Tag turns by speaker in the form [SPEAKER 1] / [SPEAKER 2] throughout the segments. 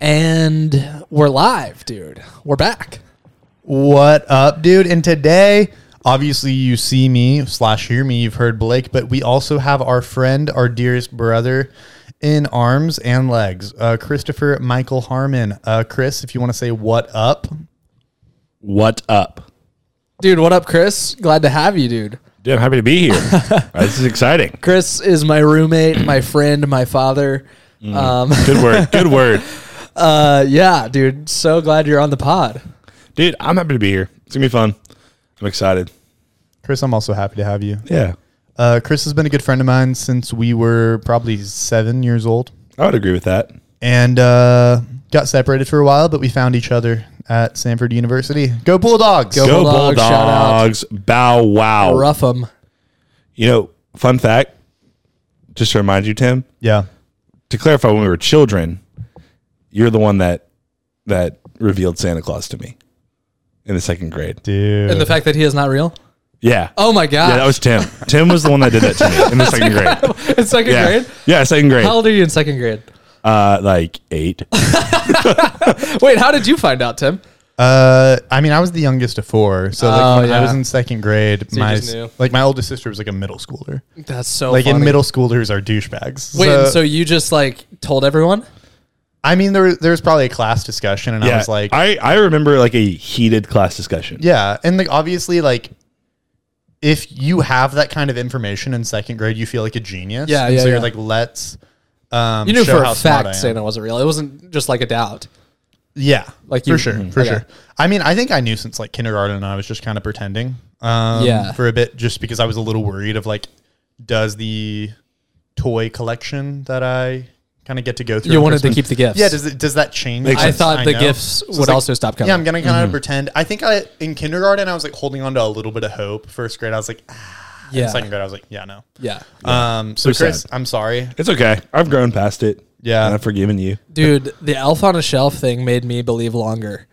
[SPEAKER 1] And we're live, dude. We're back.
[SPEAKER 2] What up, dude? And today, obviously, you see me slash hear me. You've heard Blake, but we also have our friend, our dearest brother in arms and legs, uh, Christopher Michael Harmon. Uh, Chris, if you want to say what up,
[SPEAKER 3] What up?
[SPEAKER 1] Dude, what up, Chris? Glad to have you, dude.
[SPEAKER 3] Dude, I'm happy to be here. Uh, this is exciting.
[SPEAKER 1] Chris is my roommate, my friend, my father.
[SPEAKER 2] Mm.
[SPEAKER 1] Um,
[SPEAKER 3] Good word. Good word.
[SPEAKER 1] uh, yeah, dude. So glad you're on the pod.
[SPEAKER 3] Dude, I'm happy to be here. It's gonna be fun. I'm excited.
[SPEAKER 2] Chris, I'm also happy to have you.
[SPEAKER 3] Yeah.
[SPEAKER 2] Uh, Chris has been a good friend of mine since we were probably seven years old
[SPEAKER 3] I would agree with that.
[SPEAKER 2] and uh, got separated for a while, but we found each other at Sanford University. Go Bulldogs!
[SPEAKER 1] Go
[SPEAKER 3] Go
[SPEAKER 1] Bulldogs,
[SPEAKER 3] Bulldogs.
[SPEAKER 1] shout out.
[SPEAKER 3] Bow
[SPEAKER 2] Oh.
[SPEAKER 3] wow.
[SPEAKER 1] Rough 'em.
[SPEAKER 3] You know, fun fact, just to remind you, Tim,
[SPEAKER 2] Yeah.
[SPEAKER 3] to clarify when we were children, you're the one that that revealed Santa Claus to me in the second grade.
[SPEAKER 2] Dude.
[SPEAKER 1] And the fact that he is not real.
[SPEAKER 3] Yeah.
[SPEAKER 1] Oh my god.
[SPEAKER 3] Yeah, that was Tim. Tim was the one that did that to me in the second grade.
[SPEAKER 1] in second
[SPEAKER 3] Yeah.
[SPEAKER 1] grade.
[SPEAKER 3] Yeah, second grade.
[SPEAKER 1] How old are you in second grade?
[SPEAKER 3] Uh like eight.
[SPEAKER 1] Wait, how did you find out, Tim?
[SPEAKER 2] Uh, I mean, I was the youngest of four, so like
[SPEAKER 1] Oh,
[SPEAKER 2] when
[SPEAKER 1] yeah.
[SPEAKER 2] I was in second grade,
[SPEAKER 1] you
[SPEAKER 2] my
[SPEAKER 1] just knew.
[SPEAKER 2] like my oldest sister was like a middle schooler.
[SPEAKER 1] That's so
[SPEAKER 2] like in
[SPEAKER 1] funny.
[SPEAKER 2] middle schoolers are douchebags.
[SPEAKER 1] Wait, and so you just like told everyone?
[SPEAKER 2] I mean, there was, there was probably a class discussion, and I was like,
[SPEAKER 3] I, I remember like a heated class discussion.
[SPEAKER 2] yeah, and like obviously, like if you have that kind of information in second grade, you feel like a genius.
[SPEAKER 1] Yeah,
[SPEAKER 2] And
[SPEAKER 1] yeah,
[SPEAKER 2] So
[SPEAKER 1] yeah.
[SPEAKER 2] you're like, let's. Um,
[SPEAKER 1] You knew
[SPEAKER 2] show
[SPEAKER 1] for
[SPEAKER 2] how
[SPEAKER 1] a
[SPEAKER 2] smart I
[SPEAKER 1] fact
[SPEAKER 2] am.
[SPEAKER 1] Santa wasn't real. It wasn't just like a doubt.
[SPEAKER 2] Yeah,
[SPEAKER 1] Like
[SPEAKER 2] for
[SPEAKER 1] you-
[SPEAKER 2] sure,
[SPEAKER 1] Mhm.
[SPEAKER 2] for
[SPEAKER 1] Okay.
[SPEAKER 2] sure. I mean, I think I knew since like kindergarten, and I was just kind of pretending, um,
[SPEAKER 1] Yeah.
[SPEAKER 2] for a bit, just because I was a little worried of like, does the toy collection that I kind of get to go through?
[SPEAKER 1] You
[SPEAKER 2] on
[SPEAKER 1] wanted to
[SPEAKER 2] Christmas-
[SPEAKER 1] keep the gifts.
[SPEAKER 2] Yeah, does it, does that change?
[SPEAKER 3] Makes
[SPEAKER 1] I
[SPEAKER 3] sense.
[SPEAKER 1] thought the
[SPEAKER 2] know?
[SPEAKER 1] gifts
[SPEAKER 2] So it's
[SPEAKER 1] would
[SPEAKER 2] like,
[SPEAKER 1] also stop coming. Mm-hmm.
[SPEAKER 2] Yeah, I'm gonna kind of pretend. I think I in kindergarten I was like holding on to a little bit of hope. First grade, I was like, ah. In
[SPEAKER 1] Yeah.
[SPEAKER 2] Second grade, I was like, yeah, no.
[SPEAKER 1] yeah.
[SPEAKER 2] Um, so
[SPEAKER 3] It was
[SPEAKER 2] Chris,
[SPEAKER 3] sad.
[SPEAKER 2] I'm sorry.
[SPEAKER 3] It's okay. I've grown past it.
[SPEAKER 2] Yeah.
[SPEAKER 3] And I've forgiven you.
[SPEAKER 1] Dude, the elf on a shelf thing made me believe longer.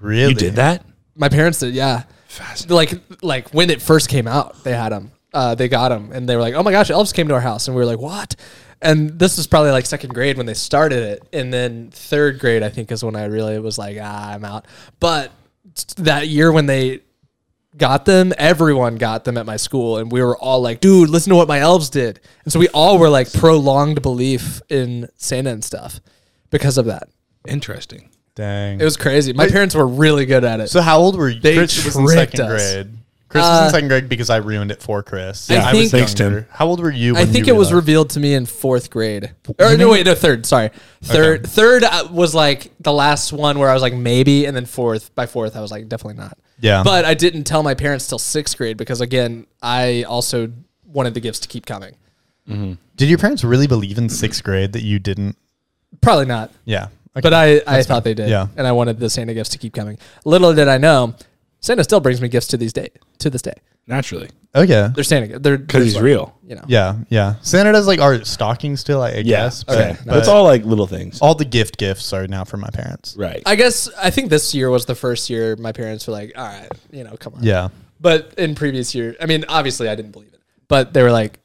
[SPEAKER 2] Really,
[SPEAKER 3] that?
[SPEAKER 1] My parents did, yeah.
[SPEAKER 3] Fascinating.
[SPEAKER 1] Like like when it first came out, they had them. Uh, they got them and they were like, "Oh my gosh, elves came to our house." And we were like, "What?" And this was probably like second grade when they started it. And then third grade, I think, is when I really was like, ah, I'm out. But that year when they got them, everyone got them at my school. And we were all like, dude, listen to what my elves did. And so we all were like prolonged belief in Santa and stuff because of that.
[SPEAKER 3] Interesting.
[SPEAKER 2] Dang.
[SPEAKER 1] It was crazy. My parents were really good at it.
[SPEAKER 2] So how old were you?
[SPEAKER 1] They
[SPEAKER 2] Chris was in
[SPEAKER 1] tricked
[SPEAKER 2] second
[SPEAKER 1] us.
[SPEAKER 2] grade. Chris was in second grade because I ruined it for Chris.
[SPEAKER 1] Uh, I
[SPEAKER 2] Yeah, was
[SPEAKER 1] think- Thanks,
[SPEAKER 3] Tim.
[SPEAKER 2] younger. How old were uh, you?
[SPEAKER 1] I
[SPEAKER 2] when
[SPEAKER 1] think
[SPEAKER 2] you
[SPEAKER 1] it was
[SPEAKER 2] realized?
[SPEAKER 1] revealed to me in fourth grade. Or no, wait, no, third. Sorry, third. Third uh, was like the last one where I was like maybe, and then fourth. By fourth, I was like definitely not.
[SPEAKER 2] Yeah.
[SPEAKER 1] But I didn't tell my parents till sixth grade because again, I also wanted the gifts to keep coming.
[SPEAKER 2] Did your parents really believe in sixth grade that you didn't?
[SPEAKER 1] Probably not.
[SPEAKER 2] Yeah. Okay.
[SPEAKER 1] But I, I thought they did.
[SPEAKER 2] Yeah.
[SPEAKER 1] And I wanted the Santa gifts to keep coming. Little did I know, Santa still brings me gifts to these day to this day.
[SPEAKER 3] Naturally.
[SPEAKER 2] oh yeah.
[SPEAKER 1] They're Santa. They're
[SPEAKER 3] Because he's real.
[SPEAKER 1] You know.
[SPEAKER 2] Yeah. Yeah. Santa does like our stocking still. I, I guess.
[SPEAKER 3] Yes.
[SPEAKER 2] But,
[SPEAKER 3] Okay.
[SPEAKER 2] but
[SPEAKER 3] But it's all like little things.
[SPEAKER 2] all the gift gifts are now from my parents.
[SPEAKER 3] Right.
[SPEAKER 1] I guess I think this year was the first year my parents were like, all right, you know, come on.
[SPEAKER 2] Yeah.
[SPEAKER 1] But in previous year, I mean, obviously I didn't believe it, but they were like,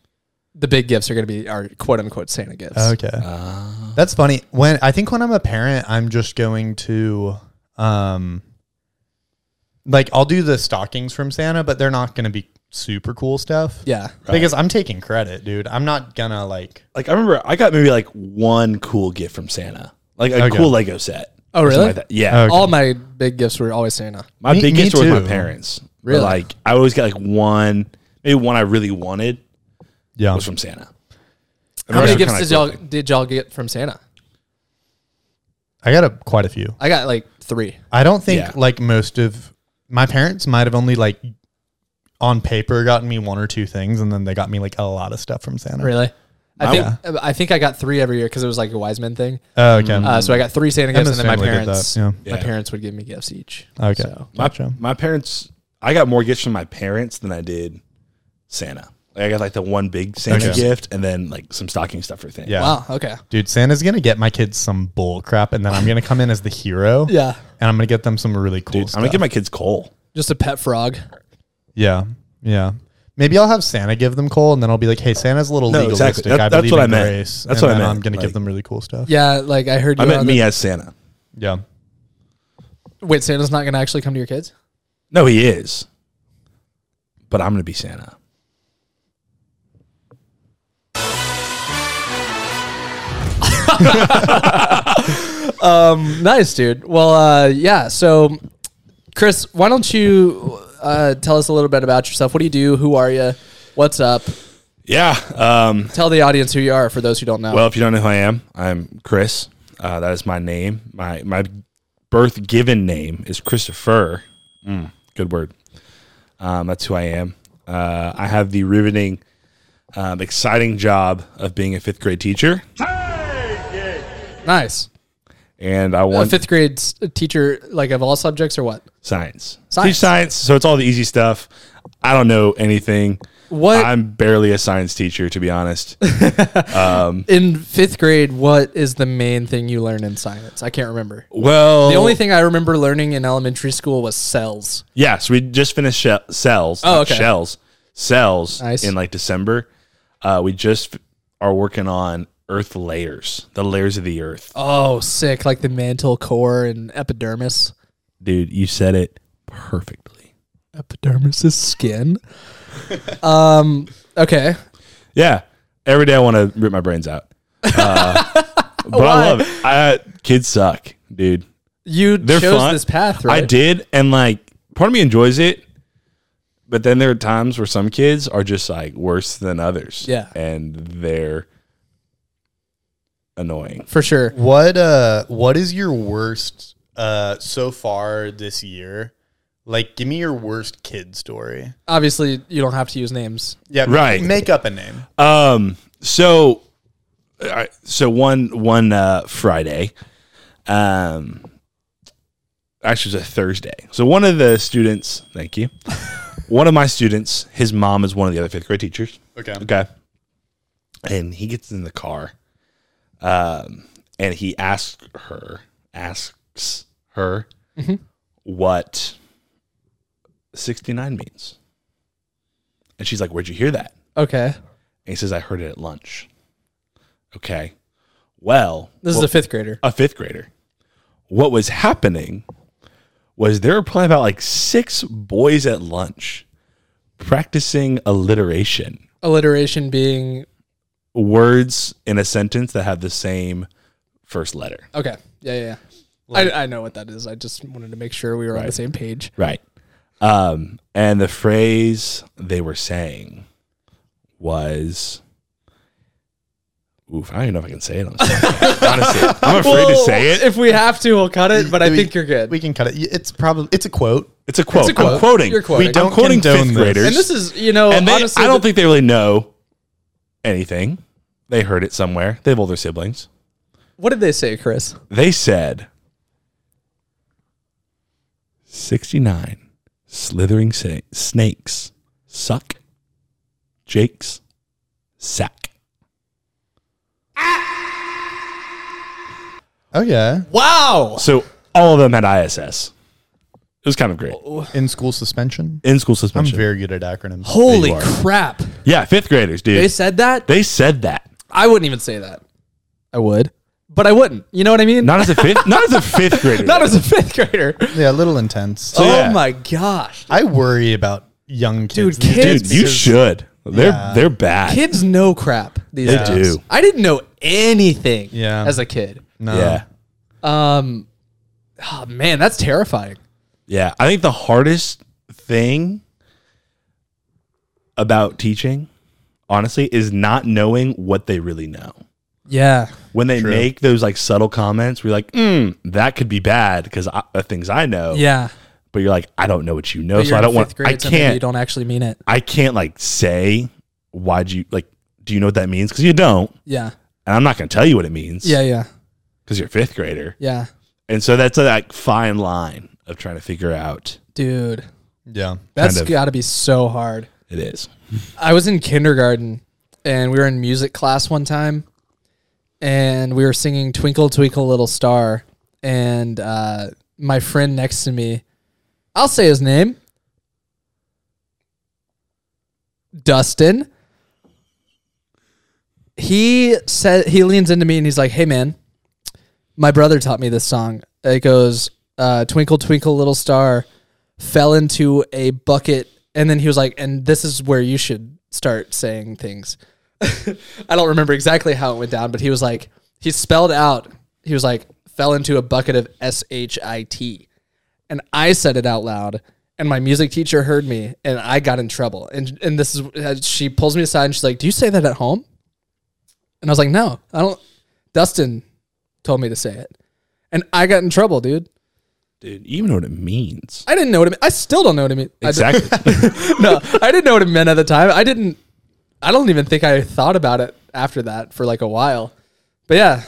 [SPEAKER 1] the big gifts are going to be our quote unquote Santa gifts.
[SPEAKER 2] Okay.
[SPEAKER 1] Ah.
[SPEAKER 2] That's funny. When I think when I'm a parent, I'm just going to um like I'll do the stockings from Santa, but they're not going to be super cool stuff.
[SPEAKER 1] Yeah.
[SPEAKER 2] Because I'm taking credit, dude. I'm not gonna like
[SPEAKER 3] Like I remember I got maybe like one cool gift from Santa. Like a
[SPEAKER 2] Okay.
[SPEAKER 3] cool Lego set.
[SPEAKER 1] Oh,
[SPEAKER 3] or something
[SPEAKER 1] really?
[SPEAKER 3] Like that. Yeah.
[SPEAKER 1] All my big gifts were always Santa.
[SPEAKER 3] My
[SPEAKER 2] Me-
[SPEAKER 3] big
[SPEAKER 2] me
[SPEAKER 3] gifts were with
[SPEAKER 2] too.
[SPEAKER 3] my parents. But,
[SPEAKER 1] Really?
[SPEAKER 3] Like I always got like one maybe one I really wanted
[SPEAKER 2] yeah.
[SPEAKER 3] was from Santa. And the
[SPEAKER 1] How
[SPEAKER 3] rest
[SPEAKER 1] many
[SPEAKER 3] were
[SPEAKER 1] gifts
[SPEAKER 3] kinda
[SPEAKER 1] did
[SPEAKER 3] cool
[SPEAKER 1] y'all,
[SPEAKER 3] things.
[SPEAKER 1] did y'all get from Santa?
[SPEAKER 2] I got a, quite a few.
[SPEAKER 1] I got like three.
[SPEAKER 2] I don't think
[SPEAKER 3] Yeah.
[SPEAKER 2] like most of my parents might have only like on paper gotten me one or two things, and then they got me like a lot of stuff from Santa.
[SPEAKER 1] Really? I
[SPEAKER 3] Wow.
[SPEAKER 1] think uh, I think I got three every year because it was like a wise men thing.
[SPEAKER 2] Oh,
[SPEAKER 3] Mm.
[SPEAKER 2] okay.
[SPEAKER 1] Uh, so I got three Santa gifts, and
[SPEAKER 2] Emma's
[SPEAKER 1] then my
[SPEAKER 2] family did
[SPEAKER 1] parents,
[SPEAKER 2] that, yeah.
[SPEAKER 1] my
[SPEAKER 3] Yeah.
[SPEAKER 1] parents would give me gifts each.
[SPEAKER 2] okay.
[SPEAKER 1] So.
[SPEAKER 3] My,
[SPEAKER 2] Gotcha.
[SPEAKER 3] my parents, I got more gifts from my parents than I did Santa. Like I got like the one big Santa
[SPEAKER 2] Okay.
[SPEAKER 3] gift and then like some stocking stuffer thing.
[SPEAKER 2] Yeah.
[SPEAKER 1] Wow. Okay.
[SPEAKER 2] Dude, Santa's gonna get my kids some bull crap, and then I'm gonna come in as the hero.
[SPEAKER 1] Yeah.
[SPEAKER 2] and I'm gonna get them some really cool
[SPEAKER 3] Dude,
[SPEAKER 2] stuff.
[SPEAKER 3] I'm gonna give my kids coal.
[SPEAKER 1] Just a pet frog.
[SPEAKER 2] yeah, yeah. Maybe I'll have Santa give them coal, and then I'll be like, "Hey, Santa's a little
[SPEAKER 3] No,
[SPEAKER 2] legalistic.
[SPEAKER 3] exactly. That-
[SPEAKER 2] I
[SPEAKER 3] that's
[SPEAKER 2] believe
[SPEAKER 3] what
[SPEAKER 2] in
[SPEAKER 3] I meant.
[SPEAKER 2] grace." and
[SPEAKER 3] That's what I
[SPEAKER 2] then
[SPEAKER 3] meant.
[SPEAKER 2] I'm gonna
[SPEAKER 3] Like-
[SPEAKER 2] give them really cool stuff.
[SPEAKER 1] Yeah. Like I heard you.
[SPEAKER 3] I meant
[SPEAKER 1] on
[SPEAKER 3] me
[SPEAKER 1] the-
[SPEAKER 3] as Santa.
[SPEAKER 2] yeah.
[SPEAKER 1] Wait, Santa's not going to actually come to your kids?
[SPEAKER 3] No, he is. But I'm gonna be Santa.
[SPEAKER 1] Nice, dude. Well, uh, yeah. So, Chris, why don't you uh, tell us a little bit about yourself? What do you do? Who are you? What's up?
[SPEAKER 3] Yeah. Um,
[SPEAKER 1] Tell the audience who you are for those who don't know.
[SPEAKER 3] Well, if you don't know who I am, I'm Chris. Uh, that is my name. My my birth given name is Christopher. Mm, good word. Um, that's who I am. Uh, I have the riveting, um, exciting job of being a fifth grade teacher,
[SPEAKER 1] nice.
[SPEAKER 3] and I
[SPEAKER 1] A
[SPEAKER 3] want
[SPEAKER 1] fifth grade s- teacher, like of all subjects, or what?
[SPEAKER 3] science.
[SPEAKER 1] Science.
[SPEAKER 3] Teach science, so it's all the easy stuff. I don't know anything.
[SPEAKER 1] What-
[SPEAKER 3] I'm barely a science teacher, to be honest.
[SPEAKER 1] In fifth grade, what is the main thing you learn in science? I can't remember.
[SPEAKER 3] well,
[SPEAKER 1] The only thing I remember learning in elementary school was cells.
[SPEAKER 3] Yeah, so we just finished she- cells.
[SPEAKER 1] Oh,
[SPEAKER 3] not
[SPEAKER 1] okay.
[SPEAKER 3] Shells, cells
[SPEAKER 1] Nice.
[SPEAKER 3] in like December. Uh, we just f- are working on Earth layers, the layers of the Earth.
[SPEAKER 1] Oh, sick! Like the mantle core and epidermis.
[SPEAKER 3] Dude, you said it perfectly.
[SPEAKER 1] Epidermis is skin. um. Okay.
[SPEAKER 3] Yeah, every day I want to rip my brains out, uh, but I love it. I, kids suck, dude.
[SPEAKER 1] You
[SPEAKER 3] They're
[SPEAKER 1] chose
[SPEAKER 3] fun.
[SPEAKER 1] this path, right?
[SPEAKER 3] I did, and like part of me enjoys it, but then there are times where some kids are just like worse than others.
[SPEAKER 1] Yeah.
[SPEAKER 3] and they're annoying.
[SPEAKER 1] for sure.
[SPEAKER 2] What uh what is your worst uh so far this year? Like give me your worst kid story.
[SPEAKER 1] Obviously, you don't have to use names.
[SPEAKER 2] Yeah,
[SPEAKER 3] Right.
[SPEAKER 2] Make up a name.
[SPEAKER 3] Um. So, I- so one one uh, Friday, um, actually it was a Thursday. So one of the students, thank you, one of my students, his mom is one of the other fifth grade teachers.
[SPEAKER 2] Okay.
[SPEAKER 3] Okay, and he gets in the car, um, and he asks her asks her
[SPEAKER 1] Mm-hmm.
[SPEAKER 3] what sixty nine means, and she's like, "Where'd you hear that?"
[SPEAKER 1] Okay,
[SPEAKER 3] And he says, I heard it at lunch. Okay. Well,
[SPEAKER 1] this is a fifth grader.
[SPEAKER 3] a fifth grader. What was happening was there were probably about like six boys at lunch practicing alliteration,
[SPEAKER 1] Alliteration being
[SPEAKER 3] words in a sentence that have the same first letter.
[SPEAKER 1] okay. Yeah, yeah. yeah. I, I know what that is. I just wanted to make sure we were on the same page.
[SPEAKER 3] Right. Um, and the phrase they were saying was, "Oof, I don't even know if I can say it." On this podcast. Honestly, I'm afraid to say it.
[SPEAKER 1] If we have to, we'll cut it. But I
[SPEAKER 2] We-
[SPEAKER 1] think you're good.
[SPEAKER 2] We can cut it. Y- It's probably it's a quote.
[SPEAKER 3] It's a quote.
[SPEAKER 1] a quote.
[SPEAKER 3] I'm quoting.
[SPEAKER 1] You're quoting.
[SPEAKER 3] We
[SPEAKER 1] We don't
[SPEAKER 3] don't I'm quoting
[SPEAKER 2] condone
[SPEAKER 3] fifth
[SPEAKER 2] this.
[SPEAKER 3] graders.
[SPEAKER 1] and this is, you know,
[SPEAKER 3] And they,
[SPEAKER 1] honestly,
[SPEAKER 3] I don't
[SPEAKER 1] th-
[SPEAKER 3] think they really know anything. They heard it somewhere. They have older siblings.
[SPEAKER 1] What did they say, Chris?
[SPEAKER 3] They said 69 slithering sa- snakes suck Jake's sack.
[SPEAKER 2] Okay.
[SPEAKER 1] Wow.
[SPEAKER 3] So all of them had ISS. It was kind of great.
[SPEAKER 1] Oh,
[SPEAKER 2] In school suspension.
[SPEAKER 3] In school
[SPEAKER 2] I'm
[SPEAKER 3] suspension.
[SPEAKER 2] very good at acronyms.
[SPEAKER 1] Holy
[SPEAKER 3] You are.
[SPEAKER 1] crap!
[SPEAKER 3] yeah, fifth graders, dude.
[SPEAKER 1] They
[SPEAKER 3] They,
[SPEAKER 1] said that.
[SPEAKER 3] said that.
[SPEAKER 1] I wouldn't even say that. I would, but I wouldn't. You know what I mean?
[SPEAKER 3] Not as a fifth not as a fifth grader.
[SPEAKER 1] Not as a fifth grader.
[SPEAKER 2] Yeah, a little intense.
[SPEAKER 1] oh
[SPEAKER 3] yeah.
[SPEAKER 1] my gosh,
[SPEAKER 2] I worry about young kids.
[SPEAKER 1] dude! Kids,
[SPEAKER 3] Dude, you should. They're they're bad.
[SPEAKER 1] kids know crap these
[SPEAKER 3] They
[SPEAKER 1] days.
[SPEAKER 3] do.
[SPEAKER 1] I didn't know anything
[SPEAKER 2] Yeah.
[SPEAKER 1] as a kid.
[SPEAKER 2] No.
[SPEAKER 3] Yeah.
[SPEAKER 1] Um, oh man, that's terrifying.
[SPEAKER 3] Yeah. I think the hardest thing about teaching, honestly, is not knowing what they really know.
[SPEAKER 1] Yeah,
[SPEAKER 3] When they make those like subtle comments, we're like, mm, that could be bad because of things I know.
[SPEAKER 1] yeah.
[SPEAKER 3] But you're like, I don't know what you know,
[SPEAKER 1] But
[SPEAKER 3] Oh. so
[SPEAKER 1] you're
[SPEAKER 3] I
[SPEAKER 1] in
[SPEAKER 3] don't want.
[SPEAKER 1] fifth
[SPEAKER 3] I
[SPEAKER 1] grade, so maybe
[SPEAKER 3] can't.
[SPEAKER 1] You don't actually mean it.
[SPEAKER 3] I can't like say why'd you like. Do you know what that means? Because you don't,
[SPEAKER 1] Yeah,
[SPEAKER 3] and I'm not going to tell you what it means.
[SPEAKER 1] yeah, yeah,
[SPEAKER 3] Because you're a fifth grader,
[SPEAKER 1] yeah,
[SPEAKER 3] and so that's a like, fine line of trying to figure out.
[SPEAKER 1] dude.
[SPEAKER 2] Yeah.
[SPEAKER 1] That's
[SPEAKER 3] of.
[SPEAKER 1] got to be so hard.
[SPEAKER 3] It is.
[SPEAKER 1] I was in kindergarten and we were in music class one time and we were singing Twinkle Twinkle Little Star and uh, my friend next to me I'll say his name Dustin he said he leans into me and he's like hey man my brother taught me this song it goes uh, Twinkle Twinkle Little Star fell into a bucket and then he was like and this is where you should start saying things i don't remember exactly how it went down but he was like he spelled out he was like fell into a bucket of s-h-i-t and i said it out loud and my music teacher heard me and i got in trouble and and this is uh, she pulls me aside and she's like do you say that at home and i was like no i don't dustin told me to say it and i got in trouble dude
[SPEAKER 3] Dude, you even know what it means.
[SPEAKER 1] i didn't know what it meant i still don't know what it meant I don't-
[SPEAKER 3] Exactly.
[SPEAKER 1] no, I didn't know what it meant at the time. I didn't. I don't even think I thought about it after that for like a while. But yeah,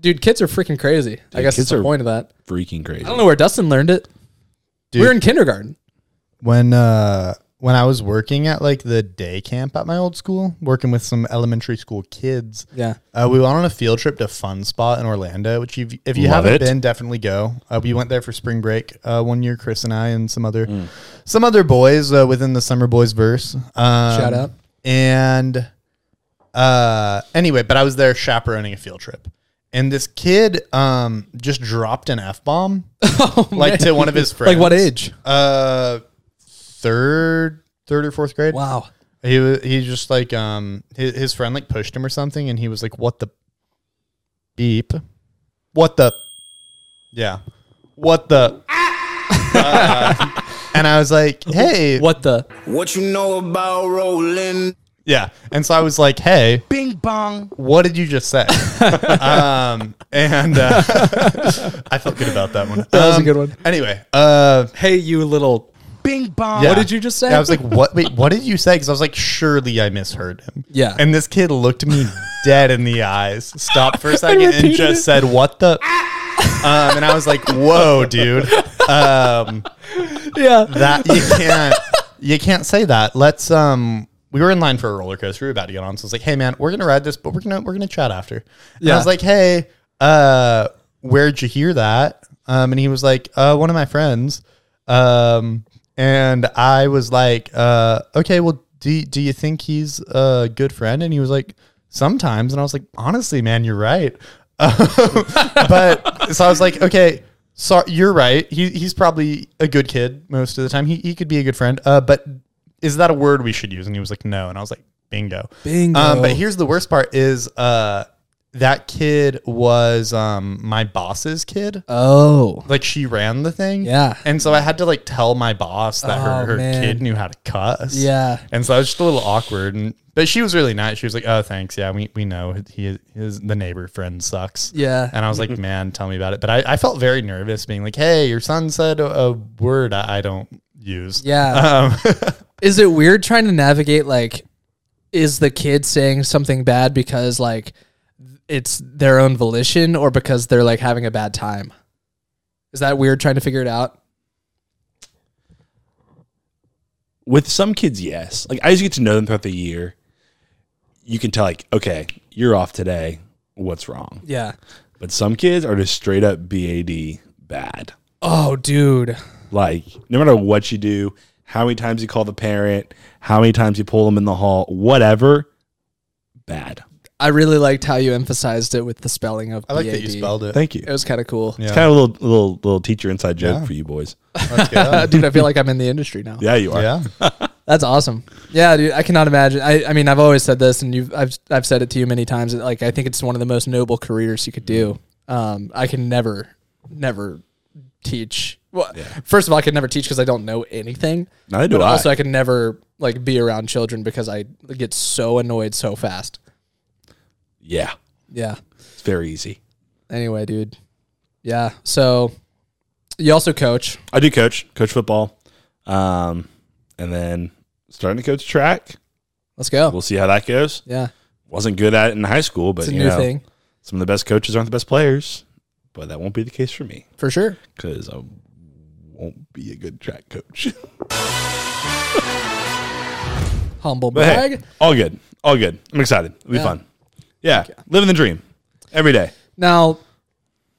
[SPEAKER 1] dude, kids are freaking crazy. I guess
[SPEAKER 3] kids
[SPEAKER 1] that's the
[SPEAKER 3] are-
[SPEAKER 1] point of that.
[SPEAKER 3] Freaking crazy.
[SPEAKER 1] I don't know where Dustin learned it.
[SPEAKER 2] Dude.
[SPEAKER 1] We were in kindergarten.
[SPEAKER 2] when uh when I was working at like the day camp at my old school, working with some elementary school kids,
[SPEAKER 1] Yeah.
[SPEAKER 2] uh, we went on a field trip to Fun Spot in Orlando, which you've, if you
[SPEAKER 3] Love
[SPEAKER 2] haven't
[SPEAKER 3] it.
[SPEAKER 2] been, definitely go. Uh, we went there for spring break uh, one year, Chris and I, and some other
[SPEAKER 3] Mm.
[SPEAKER 2] some other boys uh, within the Summer Boys verse. Um, Shout
[SPEAKER 1] out.
[SPEAKER 2] And uh, anyway, but I was there chaperoning a field trip. And this kid um, just dropped an F bomb like to one of his friends.
[SPEAKER 1] Oh, Like what age?
[SPEAKER 2] Uh, third, third or fourth grade.
[SPEAKER 1] Wow.
[SPEAKER 2] He wa- he just like um his, his friend like pushed him or something, and he was like, "What the beep? What the? Yeah, what the?" Uh, and I was like, "Hey,
[SPEAKER 1] What the?
[SPEAKER 4] What you know about rolling?
[SPEAKER 2] yeah." And so I was like, "Hey,
[SPEAKER 4] Bing bong.
[SPEAKER 2] what did you just say?" um, and uh, I felt good about that one. That
[SPEAKER 1] was a good one.
[SPEAKER 2] Anyway, uh,
[SPEAKER 1] Um, Hey, you little.
[SPEAKER 4] Bing bong.
[SPEAKER 2] Yeah.
[SPEAKER 1] did you just say?
[SPEAKER 2] Yeah, I was like, what? Wait, what did you say? Because I was like, surely I misheard him.
[SPEAKER 1] Yeah.
[SPEAKER 2] And this kid looked me dead in the eyes, stopped for a second, and
[SPEAKER 1] repeated
[SPEAKER 2] just
[SPEAKER 1] it.
[SPEAKER 2] said, "What the?" um, and I was like, whoa, dude, um,
[SPEAKER 1] Yeah.
[SPEAKER 2] that you can't, you can't say that. Let's. Um, we were in line for a roller coaster. We were about to get on, so I was like, hey man, we're gonna ride this, but we're gonna we're gonna chat after. And I
[SPEAKER 1] Yeah.
[SPEAKER 2] was like, hey, uh, where'd you hear that? Um, and he was like, uh, one of my friends. Um, and I was like, uh, okay, well, do, do you think he's a good friend? And he was like, sometimes. And I was like, honestly, man, you're right. Um, but so I was like, okay, so you're right. He, he's probably a good kid most of the time. He, he could be a good friend. Uh, but is that a word we should use? And he was like, no. And I was like, bingo.
[SPEAKER 1] Bingo.
[SPEAKER 2] Um, but here's the worst part is, uh, that kid was um, my boss's kid
[SPEAKER 1] Oh.
[SPEAKER 2] like she ran the thing.
[SPEAKER 1] Yeah.
[SPEAKER 2] And so I had to like tell my boss that
[SPEAKER 1] Oh,
[SPEAKER 2] her, her
[SPEAKER 1] man.
[SPEAKER 2] kid knew how to cuss.
[SPEAKER 1] Yeah.
[SPEAKER 2] And so I was just a little awkward. And but she was really nice. She was like, "Oh, thanks. Yeah, we, we know he his the neighbor friend sucks."
[SPEAKER 1] Yeah.
[SPEAKER 2] And I was like, "Man, tell me about it." But I, I felt very nervous, being like, "Hey, your son said a, a word I, I don't use."
[SPEAKER 1] Yeah.
[SPEAKER 2] Um,
[SPEAKER 1] is it weird trying to navigate like is the kid saying something bad because like it's their own volition or because they're like having a bad time is that weird trying to figure it out
[SPEAKER 3] with some kids, yes. Like I just get to know them throughout the year. You can tell, like, okay, you're off today. What's wrong?
[SPEAKER 1] yeah
[SPEAKER 3] But some kids are just straight up bad bad.
[SPEAKER 1] oh dude
[SPEAKER 3] Like no matter what you do, how many times you call the parent, how many times you pull them in the hall, whatever, bad.
[SPEAKER 1] i really liked how you emphasized it with the spelling of
[SPEAKER 2] I like
[SPEAKER 1] BAD.
[SPEAKER 2] that you spelled it.
[SPEAKER 3] Thank you.
[SPEAKER 1] it was kind of cool
[SPEAKER 2] Yeah.
[SPEAKER 3] It's kind of a little little little teacher inside joke
[SPEAKER 2] Yeah.
[SPEAKER 3] for you boys.
[SPEAKER 2] Let's go.
[SPEAKER 1] Uh, dude i feel like i'm in the industry now
[SPEAKER 3] Yeah, you are.
[SPEAKER 2] yeah.
[SPEAKER 1] That's awesome. Yeah, dude, I cannot imagine. I, I mean, I've always said this, and you've I've I've said it to you many times. that, Like, I think it's one of the most noble careers you could do. Um, I can never, never teach. Well, first of all, I could never teach because I don't know anything.
[SPEAKER 3] Neither do
[SPEAKER 1] But
[SPEAKER 3] I.
[SPEAKER 1] Also, I could never like be around children because I get so annoyed so fast.
[SPEAKER 3] Yeah.
[SPEAKER 1] Yeah.
[SPEAKER 3] It's very easy.
[SPEAKER 1] Anyway, dude. Yeah. So, you also coach.
[SPEAKER 3] I do coach, coach football. Um, and then starting to coach track.
[SPEAKER 1] Let's go.
[SPEAKER 3] We'll see how that goes.
[SPEAKER 1] yeah,
[SPEAKER 3] Wasn't good at it in high school, but
[SPEAKER 1] it's a
[SPEAKER 3] you
[SPEAKER 1] new
[SPEAKER 3] know,
[SPEAKER 1] thing
[SPEAKER 3] some of the best coaches aren't the best players. But that won't be the case for me
[SPEAKER 1] for sure.
[SPEAKER 3] because I won't be a good track coach.
[SPEAKER 1] Humble
[SPEAKER 3] But hey,
[SPEAKER 1] brag.
[SPEAKER 3] all good, all good. I'm excited. It'll be
[SPEAKER 1] Yeah.
[SPEAKER 3] fun. Yeah, living the dream every day.
[SPEAKER 1] Now,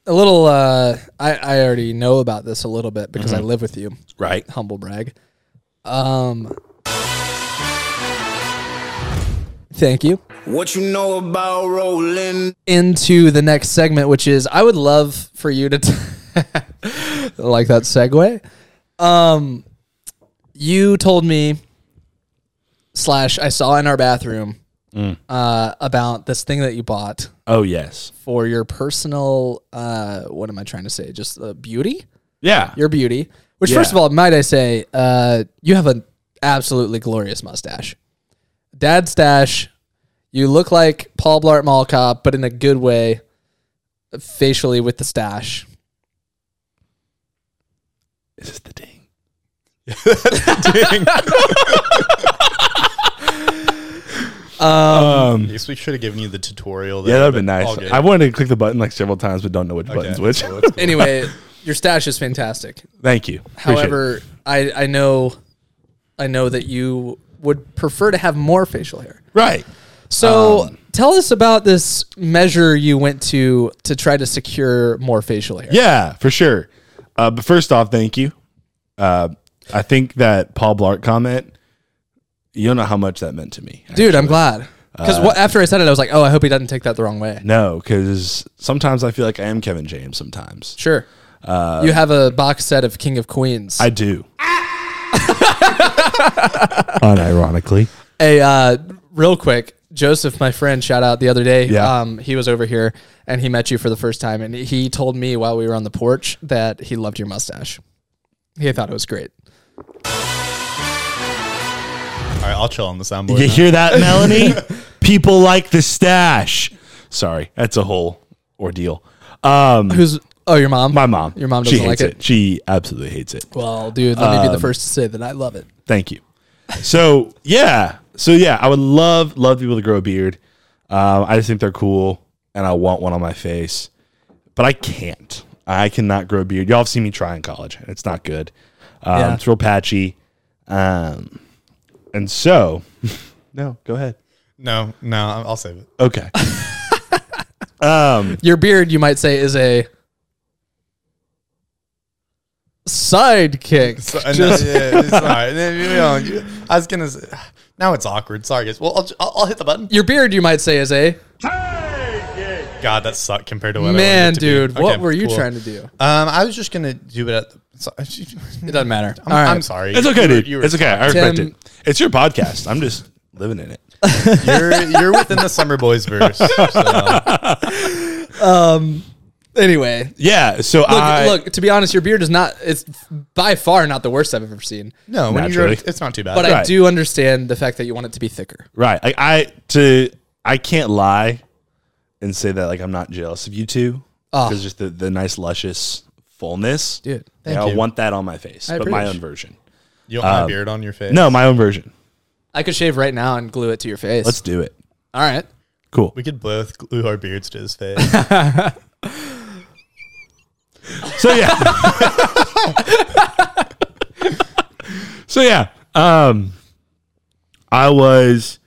[SPEAKER 1] a little. Uh, I I already know about this a little bit because I live with you.
[SPEAKER 3] Right.
[SPEAKER 1] Humble brag. Um. Thank you.
[SPEAKER 4] What you know about rolling?
[SPEAKER 1] into the next segment, which is I would love for you to t- like that segue. Um, you told me slash I saw in our bathroom uh, about this thing that you bought
[SPEAKER 3] Oh yes.
[SPEAKER 1] for your personal. Uh, what am I trying to say? Just uh, beauty,
[SPEAKER 3] Yeah.
[SPEAKER 1] your beauty. Which,
[SPEAKER 3] Yeah.
[SPEAKER 1] first of all, might I say, uh, you have an absolutely glorious mustache, dad stash. You look like Paul Blart Mall Cop, but in a good way, facially with the stash.
[SPEAKER 3] Is this the ding?
[SPEAKER 2] I guess we should have given you the tutorial.
[SPEAKER 3] Yeah,
[SPEAKER 2] there,
[SPEAKER 3] that'd been
[SPEAKER 2] but all
[SPEAKER 3] nice.
[SPEAKER 2] good.
[SPEAKER 3] I wanted to click the button like several times, but don't know which
[SPEAKER 2] Okay.
[SPEAKER 3] button's which.
[SPEAKER 2] So let's-
[SPEAKER 1] Anyway, your stash is fantastic.
[SPEAKER 3] Thank you. Appreciate it.
[SPEAKER 1] However, I, I know, I know that you would prefer to have more facial hair.
[SPEAKER 3] right. Um,
[SPEAKER 1] So tell us about this measure you went to to try to secure more facial hair.
[SPEAKER 3] Yeah, for sure. Uh, but first off, thank you. Uh, I think that Paul Blart comment. You don't know how much that meant to me,
[SPEAKER 1] Dude, I'm glad. Because
[SPEAKER 3] Uh,
[SPEAKER 1] after I said it, I was like, oh, I hope he doesn't take that the wrong way.
[SPEAKER 3] No, because sometimes I feel like I am Kevin James. Sometimes
[SPEAKER 1] Sure. you have a box set of King of Queens.
[SPEAKER 3] Uh, I do. Unironically,
[SPEAKER 1] Hey, uh, real quick, Joseph, my friend, shout out the other day.
[SPEAKER 3] Yeah.
[SPEAKER 1] Um, he was over here and he met you for the first time, and he told me while we were on the porch that he loved your mustache. He thought it was great.
[SPEAKER 2] all right, I'll chill on the soundboard.
[SPEAKER 3] you
[SPEAKER 2] now.
[SPEAKER 3] hear that, Melanie? People like the stash. Sorry, that's a whole ordeal. Um,
[SPEAKER 1] Who's oh your mom?
[SPEAKER 3] my mom.
[SPEAKER 1] Your mom
[SPEAKER 3] She
[SPEAKER 1] doesn't like
[SPEAKER 3] hates Um,
[SPEAKER 1] it.
[SPEAKER 3] She absolutely hates it.
[SPEAKER 1] Well, dude, let me be the first to say that I love it.
[SPEAKER 3] Thank you. So yeah, so yeah, I would love love people to grow a beard. Um, I just think they're cool, and I want one on my face, but I can't. I cannot grow a beard. Y'all have seen me try in college, and it's not good. Um,
[SPEAKER 1] Yeah.
[SPEAKER 3] It's real patchy, um, and so no, go ahead.
[SPEAKER 2] No, no, I'll save it.
[SPEAKER 3] Okay. um,
[SPEAKER 1] Your beard, you might say, is a sidekick.
[SPEAKER 2] So, uh, no, yeah, it's all right. You know, you- I was gonna. Say, now it's awkward. Sorry, guys. Well, I'll, ju- I'll, I'll hit the button.
[SPEAKER 1] Your beard, you might say, is a
[SPEAKER 2] God, that sucked compared to what. I wanted
[SPEAKER 1] man,
[SPEAKER 2] it to be.
[SPEAKER 1] dude. What
[SPEAKER 2] Okay,
[SPEAKER 1] were you
[SPEAKER 2] cool.
[SPEAKER 1] trying to do?
[SPEAKER 2] Um, I was just gonna do it at. The, so,
[SPEAKER 1] It doesn't matter.
[SPEAKER 2] I'm,
[SPEAKER 1] All right.
[SPEAKER 2] I'm sorry.
[SPEAKER 3] it's okay,
[SPEAKER 2] You were-
[SPEAKER 3] dude.
[SPEAKER 2] you were-
[SPEAKER 3] it's okay. I respect
[SPEAKER 1] Tim-
[SPEAKER 3] it. It's your podcast. I'm just living in it.
[SPEAKER 2] You're you're within the Summer Boys verse. so.
[SPEAKER 1] Anyway,
[SPEAKER 3] Yeah. So
[SPEAKER 1] Look,
[SPEAKER 3] I
[SPEAKER 1] look, to be honest, your beard is not, it's by far not the worst I've ever seen.
[SPEAKER 2] No, when you
[SPEAKER 3] Naturally.
[SPEAKER 2] wrote, it's not too bad.
[SPEAKER 1] But I
[SPEAKER 3] Right.
[SPEAKER 1] do understand the fact that you want it to be thicker.
[SPEAKER 3] Right. Like I to I can't lie and say that like I'm not jealous of you two
[SPEAKER 1] Ah.
[SPEAKER 3] because just the, the nice luscious fullness.
[SPEAKER 1] Dude,
[SPEAKER 3] Yeah,
[SPEAKER 2] thank
[SPEAKER 3] I
[SPEAKER 2] you.
[SPEAKER 3] want that on my face,
[SPEAKER 1] I
[SPEAKER 3] but my
[SPEAKER 1] appreciate-
[SPEAKER 3] own version.
[SPEAKER 2] you don't have a beard on your face.
[SPEAKER 3] No, my own version.
[SPEAKER 1] I could shave right now and glue it to your face.
[SPEAKER 3] Let's do it.
[SPEAKER 1] All right.
[SPEAKER 3] Cool.
[SPEAKER 2] we could both glue our beards to his face.
[SPEAKER 3] So yeah. so yeah. Um I was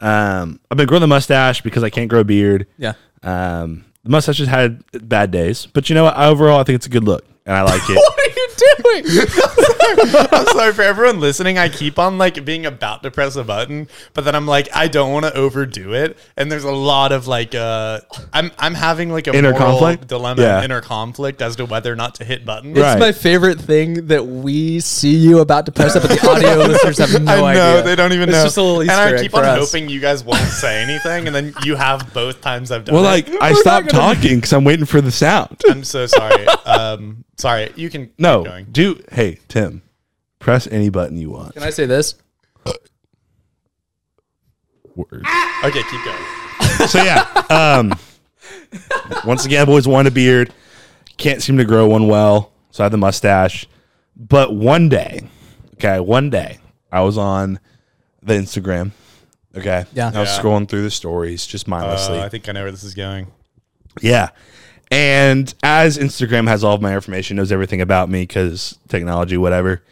[SPEAKER 3] um I've been growing the mustache because I can't grow a beard.
[SPEAKER 1] Yeah.
[SPEAKER 3] Um the mustache has had bad days, but you know what? Overall I think it's a good look and I like it.
[SPEAKER 1] What are you doing?
[SPEAKER 2] I'm sorry for everyone listening. I keep on like being about to press a button, but then I'm like, I don't want to overdo it. And there's a lot of like, uh, I'm I'm having like a
[SPEAKER 3] Inner
[SPEAKER 2] moral
[SPEAKER 3] conflict?
[SPEAKER 2] dilemma,
[SPEAKER 3] Yeah.
[SPEAKER 2] inner conflict as to whether or not to hit buttons.
[SPEAKER 3] Right.
[SPEAKER 1] It's my favorite thing that we see you about to press up, but the audio listeners have no
[SPEAKER 2] I know
[SPEAKER 1] idea.
[SPEAKER 2] they don't even
[SPEAKER 1] it's
[SPEAKER 2] know.
[SPEAKER 1] just a little Easter
[SPEAKER 2] and I
[SPEAKER 1] egg
[SPEAKER 2] keep
[SPEAKER 1] for
[SPEAKER 2] on
[SPEAKER 1] us.
[SPEAKER 2] hoping you guys won't say anything, and then you have both times I've done.
[SPEAKER 3] Well,
[SPEAKER 2] it.
[SPEAKER 3] like I
[SPEAKER 1] We're not
[SPEAKER 3] stopped
[SPEAKER 1] gonna-
[SPEAKER 3] talking because I'm waiting for the sound.
[SPEAKER 2] I'm so sorry. um, sorry. You can keep
[SPEAKER 3] No,
[SPEAKER 2] going.
[SPEAKER 3] do hey Tim, press any button you want.
[SPEAKER 1] Can I say this?
[SPEAKER 3] Word.
[SPEAKER 2] Okay, keep going.
[SPEAKER 3] So yeah, um, once again, I've always wanted a beard. Can't seem to grow one well, so I have the mustache. But one day, okay, one day, I was on the Instagram. Okay,
[SPEAKER 1] Yeah.
[SPEAKER 3] And I was
[SPEAKER 2] Yeah.
[SPEAKER 3] scrolling through the stories just mindlessly.
[SPEAKER 2] Uh, I think I know where this is going.
[SPEAKER 3] Yeah. And as Instagram has all of my information, knows everything about me because technology, whatever,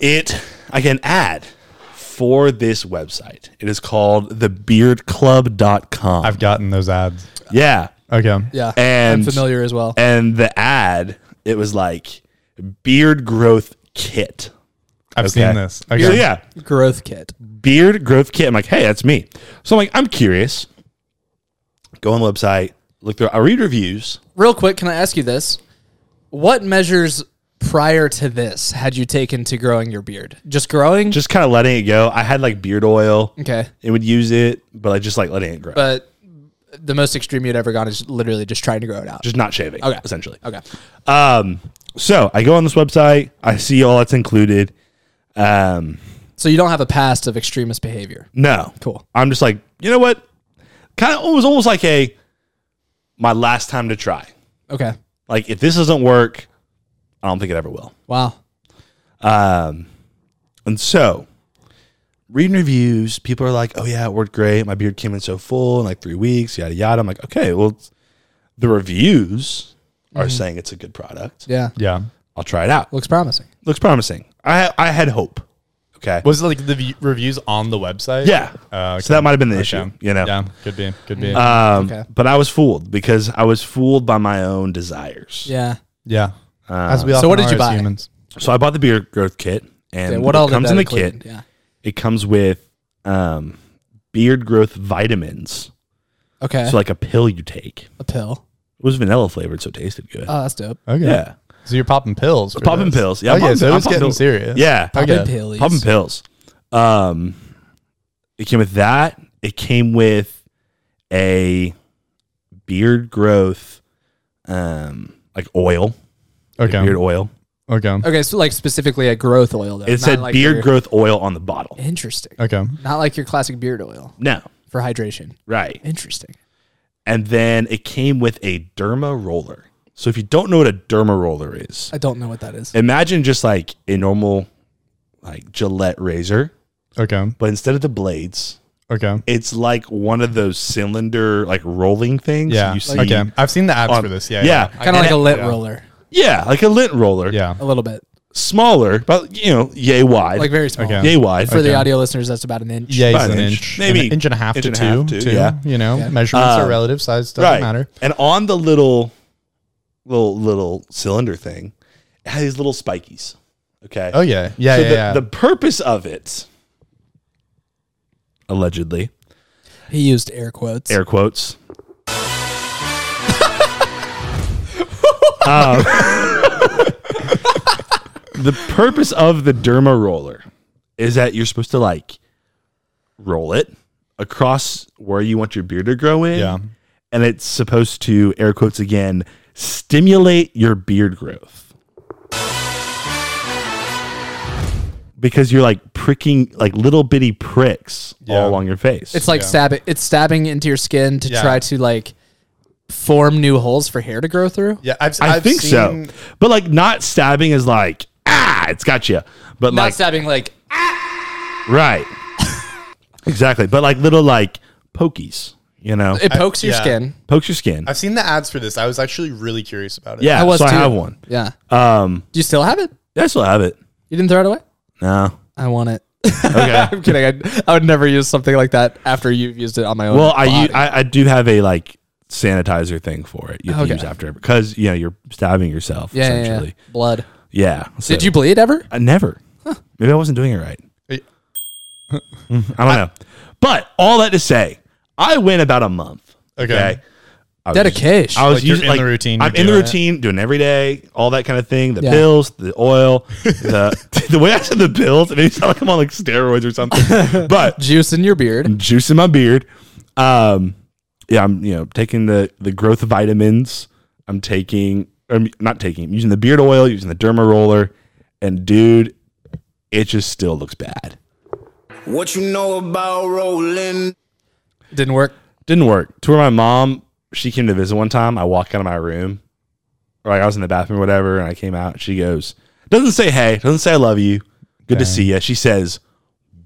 [SPEAKER 3] it, I get an ad for this website. It is called thebeardclub.com.
[SPEAKER 2] I've gotten those ads.
[SPEAKER 3] yeah.
[SPEAKER 2] Okay.
[SPEAKER 1] Yeah. I'm
[SPEAKER 3] And-
[SPEAKER 1] familiar as well.
[SPEAKER 3] And the ad, it was like beard growth kit.
[SPEAKER 2] I've seen this. Okay.
[SPEAKER 3] So yeah,
[SPEAKER 1] Growth kit.
[SPEAKER 3] beard growth kit. I'm like, hey, that's me. So I'm like, I'm curious. Go on the website, look through. I read reviews.
[SPEAKER 1] Real quick, can I ask you this? What measures prior to this had you taken to growing your beard? Just growing?
[SPEAKER 3] just kind of letting it go. I had like beard oil.
[SPEAKER 1] okay.
[SPEAKER 3] It would use it, but I just like letting it grow.
[SPEAKER 1] But the most extreme you'd ever gone is literally just trying to grow it out.
[SPEAKER 3] just not shaving,
[SPEAKER 1] Okay.
[SPEAKER 3] essentially.
[SPEAKER 1] okay.
[SPEAKER 3] Um, so I go on this website. I see all that's included. Um,
[SPEAKER 1] So you don't have a past of extremist behavior.
[SPEAKER 3] no.
[SPEAKER 1] Cool.
[SPEAKER 3] I'm just like, you know what? Kind of, it was almost like a, my last time to try.
[SPEAKER 1] Okay.
[SPEAKER 3] Like, if this doesn't work, I don't think it ever will.
[SPEAKER 1] Wow.
[SPEAKER 3] Um, and so, reading reviews, people are like, "Oh yeah, it worked great. My beard came in so full in like three weeks, yada yada." I'm like, "Okay, well, it's- the reviews are
[SPEAKER 1] Mm-hmm.
[SPEAKER 3] saying it's a good product.
[SPEAKER 1] Yeah.
[SPEAKER 2] Yeah.
[SPEAKER 3] I'll try it out.
[SPEAKER 1] Looks promising.
[SPEAKER 3] Looks promising. I I had hope. Okay,
[SPEAKER 2] Was it like the v- reviews on the website?
[SPEAKER 3] yeah.
[SPEAKER 2] Uh, okay.
[SPEAKER 3] So that might have been the
[SPEAKER 2] Okay.
[SPEAKER 3] issue, you know.
[SPEAKER 2] Yeah. Could be. Could be.
[SPEAKER 3] Um,
[SPEAKER 1] Okay.
[SPEAKER 3] But I was fooled because I was fooled by my own desires.
[SPEAKER 1] Yeah.
[SPEAKER 2] yeah.
[SPEAKER 3] uh,
[SPEAKER 2] As we
[SPEAKER 1] So
[SPEAKER 2] often
[SPEAKER 1] what did
[SPEAKER 2] are
[SPEAKER 1] you
[SPEAKER 2] as
[SPEAKER 1] buy?
[SPEAKER 2] Humans.
[SPEAKER 3] So I bought the beard growth kit, and
[SPEAKER 1] Okay, what
[SPEAKER 3] it
[SPEAKER 1] all
[SPEAKER 3] comes
[SPEAKER 1] did
[SPEAKER 3] in
[SPEAKER 1] that
[SPEAKER 3] the
[SPEAKER 1] include?
[SPEAKER 3] kit.
[SPEAKER 1] Yeah.
[SPEAKER 3] It comes with um, beard growth vitamins.
[SPEAKER 1] Okay.
[SPEAKER 3] So like a pill you take.
[SPEAKER 1] a pill.
[SPEAKER 3] It was vanilla flavored, so it tasted good.
[SPEAKER 1] Oh, that's dope.
[SPEAKER 2] Okay.
[SPEAKER 3] yeah.
[SPEAKER 2] So you're popping pills. for
[SPEAKER 3] Popping
[SPEAKER 2] this.
[SPEAKER 3] pills. Yeah, I'm
[SPEAKER 2] Okay.
[SPEAKER 3] popping-
[SPEAKER 2] so
[SPEAKER 3] I'm
[SPEAKER 2] it's
[SPEAKER 3] popping
[SPEAKER 2] getting
[SPEAKER 3] pills.
[SPEAKER 2] serious.
[SPEAKER 3] Yeah.
[SPEAKER 1] Popping
[SPEAKER 2] Okay.
[SPEAKER 1] pillies.
[SPEAKER 3] Popping pills. Um it came with that. It came with a beard growth um like oil. like
[SPEAKER 2] Okay.
[SPEAKER 3] Beard oil.
[SPEAKER 2] Okay.
[SPEAKER 1] Okay, so like specifically a growth oil though.
[SPEAKER 3] It
[SPEAKER 1] not
[SPEAKER 3] said
[SPEAKER 1] like
[SPEAKER 3] beard
[SPEAKER 1] your-
[SPEAKER 3] growth oil on the bottle.
[SPEAKER 1] Interesting.
[SPEAKER 2] Okay.
[SPEAKER 1] Not like your classic beard oil
[SPEAKER 3] No.
[SPEAKER 1] for hydration.
[SPEAKER 3] Right.
[SPEAKER 1] Interesting.
[SPEAKER 3] And then it came with a derma roller. So if you don't know what a derma roller is,
[SPEAKER 1] I don't know what that is.
[SPEAKER 3] imagine just like a normal like Gillette razor,
[SPEAKER 2] Okay.
[SPEAKER 3] but instead of the blades,
[SPEAKER 2] Okay.
[SPEAKER 3] it's like one of those cylinder like rolling things
[SPEAKER 2] Yeah.
[SPEAKER 3] you see.
[SPEAKER 2] okay. I've seen the ads
[SPEAKER 3] on-
[SPEAKER 2] for this.
[SPEAKER 3] Um, yeah,
[SPEAKER 2] Yeah. Yeah.
[SPEAKER 1] Kind of like a lint
[SPEAKER 2] yeah.
[SPEAKER 1] roller,
[SPEAKER 3] yeah, like a lint roller.
[SPEAKER 2] Yeah.
[SPEAKER 1] a little bit,
[SPEAKER 3] smaller, but you know, yay wide,
[SPEAKER 1] like very small.
[SPEAKER 2] Okay.
[SPEAKER 3] yay wide.
[SPEAKER 1] For the
[SPEAKER 2] Okay.
[SPEAKER 1] audio listeners, that's about an inch.
[SPEAKER 2] Yeah, he's
[SPEAKER 3] About
[SPEAKER 2] an
[SPEAKER 3] an
[SPEAKER 2] inch,
[SPEAKER 3] inch. Maybe
[SPEAKER 2] an inch and a half
[SPEAKER 3] inch
[SPEAKER 2] to
[SPEAKER 3] and
[SPEAKER 2] two.
[SPEAKER 3] a half to,
[SPEAKER 2] too,
[SPEAKER 3] yeah.
[SPEAKER 2] you know,
[SPEAKER 1] Yeah.
[SPEAKER 2] measurements
[SPEAKER 3] Um,
[SPEAKER 2] are relative. Size doesn't
[SPEAKER 3] right,
[SPEAKER 2] matter.
[SPEAKER 3] and on the little, little little cylinder thing, it had these little spikies. Okay,
[SPEAKER 2] Oh yeah, yeah,
[SPEAKER 3] so
[SPEAKER 2] yeah.
[SPEAKER 3] the,
[SPEAKER 2] yeah.
[SPEAKER 3] the purpose of it, allegedly,
[SPEAKER 1] He used air quotes.
[SPEAKER 3] air quotes. um, the purpose of the derma roller is that you're supposed to like roll it across where you want your beard to grow in.
[SPEAKER 2] Yeah.
[SPEAKER 3] And it's supposed to, air quotes again, stimulate your beard growth. Because you're like pricking like little bitty pricks
[SPEAKER 2] Yeah.
[SPEAKER 3] all along your face.
[SPEAKER 1] It's like
[SPEAKER 2] Yeah.
[SPEAKER 1] stabbing. It's stabbing into your skin to
[SPEAKER 2] Yeah.
[SPEAKER 1] try to like form new holes for hair to grow through.
[SPEAKER 2] yeah, I've,
[SPEAKER 3] I
[SPEAKER 2] I've
[SPEAKER 3] think
[SPEAKER 2] seen-
[SPEAKER 3] so. But like not stabbing is like ah, it's got you. But
[SPEAKER 1] Not
[SPEAKER 3] like
[SPEAKER 1] stabbing like
[SPEAKER 3] right, exactly. But like little like pokies, you know,
[SPEAKER 1] it pokes your
[SPEAKER 2] yeah.
[SPEAKER 1] skin.
[SPEAKER 3] pokes your skin.
[SPEAKER 2] I've seen the ads for this. I was actually really curious about it.
[SPEAKER 3] yeah,
[SPEAKER 1] I was
[SPEAKER 3] so
[SPEAKER 1] too.
[SPEAKER 3] I have one.
[SPEAKER 1] Yeah.
[SPEAKER 3] Um,
[SPEAKER 1] Do you still have it?
[SPEAKER 3] I still have it.
[SPEAKER 1] You didn't throw it away?
[SPEAKER 3] No,
[SPEAKER 1] I want it.
[SPEAKER 3] okay.
[SPEAKER 1] I'm kidding. I'd, I would never use something like that after you've used it on my own.
[SPEAKER 3] well, I, u-
[SPEAKER 1] body.
[SPEAKER 3] I I do have a like sanitizer thing for it. You have to
[SPEAKER 1] Okay.
[SPEAKER 3] use after because you know you're stabbing yourself
[SPEAKER 1] yeah, yeah, yeah,
[SPEAKER 3] essentially.
[SPEAKER 1] blood.
[SPEAKER 3] Yeah. so-
[SPEAKER 1] Did you bleed ever?
[SPEAKER 3] I never. Maybe I wasn't doing it right.
[SPEAKER 2] Hey.
[SPEAKER 3] I don't know. But all that to say, I went about a month.
[SPEAKER 2] Okay.
[SPEAKER 3] I was-
[SPEAKER 1] Dedication.
[SPEAKER 3] I was
[SPEAKER 2] Like, you're
[SPEAKER 3] using
[SPEAKER 2] in
[SPEAKER 3] like,
[SPEAKER 2] the routine,
[SPEAKER 3] I'm
[SPEAKER 2] you're
[SPEAKER 3] in the
[SPEAKER 2] doing it.
[SPEAKER 3] routine, doing every day, all that kind of thing. The
[SPEAKER 1] Yeah.
[SPEAKER 3] pills, the oil, the the way I said the pills, it made it sound like I'm on like steroids or something. but
[SPEAKER 1] Juice in your beard.
[SPEAKER 3] juicing my beard. Um, yeah, I'm you know taking the the growth vitamins. I'm taking, I'm not taking, I'm using the beard oil, using the derma roller, and dude, it just still looks bad.
[SPEAKER 4] What you know about rolling?
[SPEAKER 1] Didn't work.
[SPEAKER 3] Didn't work. To where my mom, she came to visit one time. I walk out of my room, or like I was in the bathroom, or whatever, and I came out. She goes, doesn't say hey, doesn't say I love you, good to see you. She says,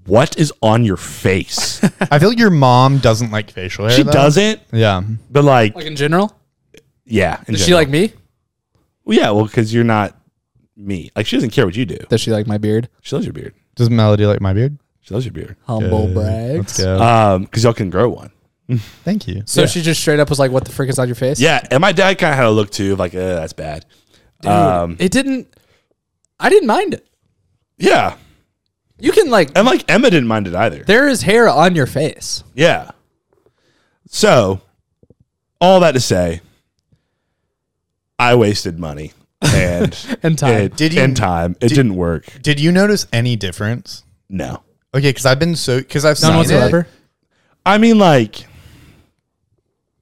[SPEAKER 3] what is on your face?
[SPEAKER 2] I feel like your mom doesn't like facial hair.
[SPEAKER 3] she
[SPEAKER 2] though.
[SPEAKER 3] doesn't,
[SPEAKER 2] Yeah,
[SPEAKER 3] but like,
[SPEAKER 1] Like in general?
[SPEAKER 3] yeah. in
[SPEAKER 1] Does she
[SPEAKER 3] general.
[SPEAKER 1] like me?
[SPEAKER 3] Well, yeah, well, because you're not me. Like she doesn't care what you do.
[SPEAKER 1] Does she like my beard?
[SPEAKER 3] She loves your beard.
[SPEAKER 2] does Melody like my beard?
[SPEAKER 3] She loves your beard.
[SPEAKER 1] Humble
[SPEAKER 2] Good.
[SPEAKER 1] brag.
[SPEAKER 2] Let's go.
[SPEAKER 3] Um, because y'all can grow one.
[SPEAKER 2] Thank you.
[SPEAKER 1] Uh, So
[SPEAKER 3] Yeah.
[SPEAKER 1] she just straight up was like, "What the frick is on your face?"
[SPEAKER 3] Yeah, and my dad kind of had a look too, of like, eh, that's bad.
[SPEAKER 1] Dude,
[SPEAKER 3] Um,
[SPEAKER 1] it didn't. I didn't mind it.
[SPEAKER 3] yeah,
[SPEAKER 1] You can like.
[SPEAKER 3] and like Emma didn't mind it either.
[SPEAKER 1] There is hair on your face.
[SPEAKER 3] Yeah. So, all that to say, I wasted money and
[SPEAKER 1] And time.
[SPEAKER 3] It,
[SPEAKER 2] Did you-
[SPEAKER 3] and time. It
[SPEAKER 2] did-
[SPEAKER 3] didn't work.
[SPEAKER 2] Did you notice any difference?
[SPEAKER 3] No.
[SPEAKER 2] Okay, because I've been so because I've
[SPEAKER 1] None
[SPEAKER 2] seen
[SPEAKER 1] whatsoever.
[SPEAKER 2] It.
[SPEAKER 3] I mean, like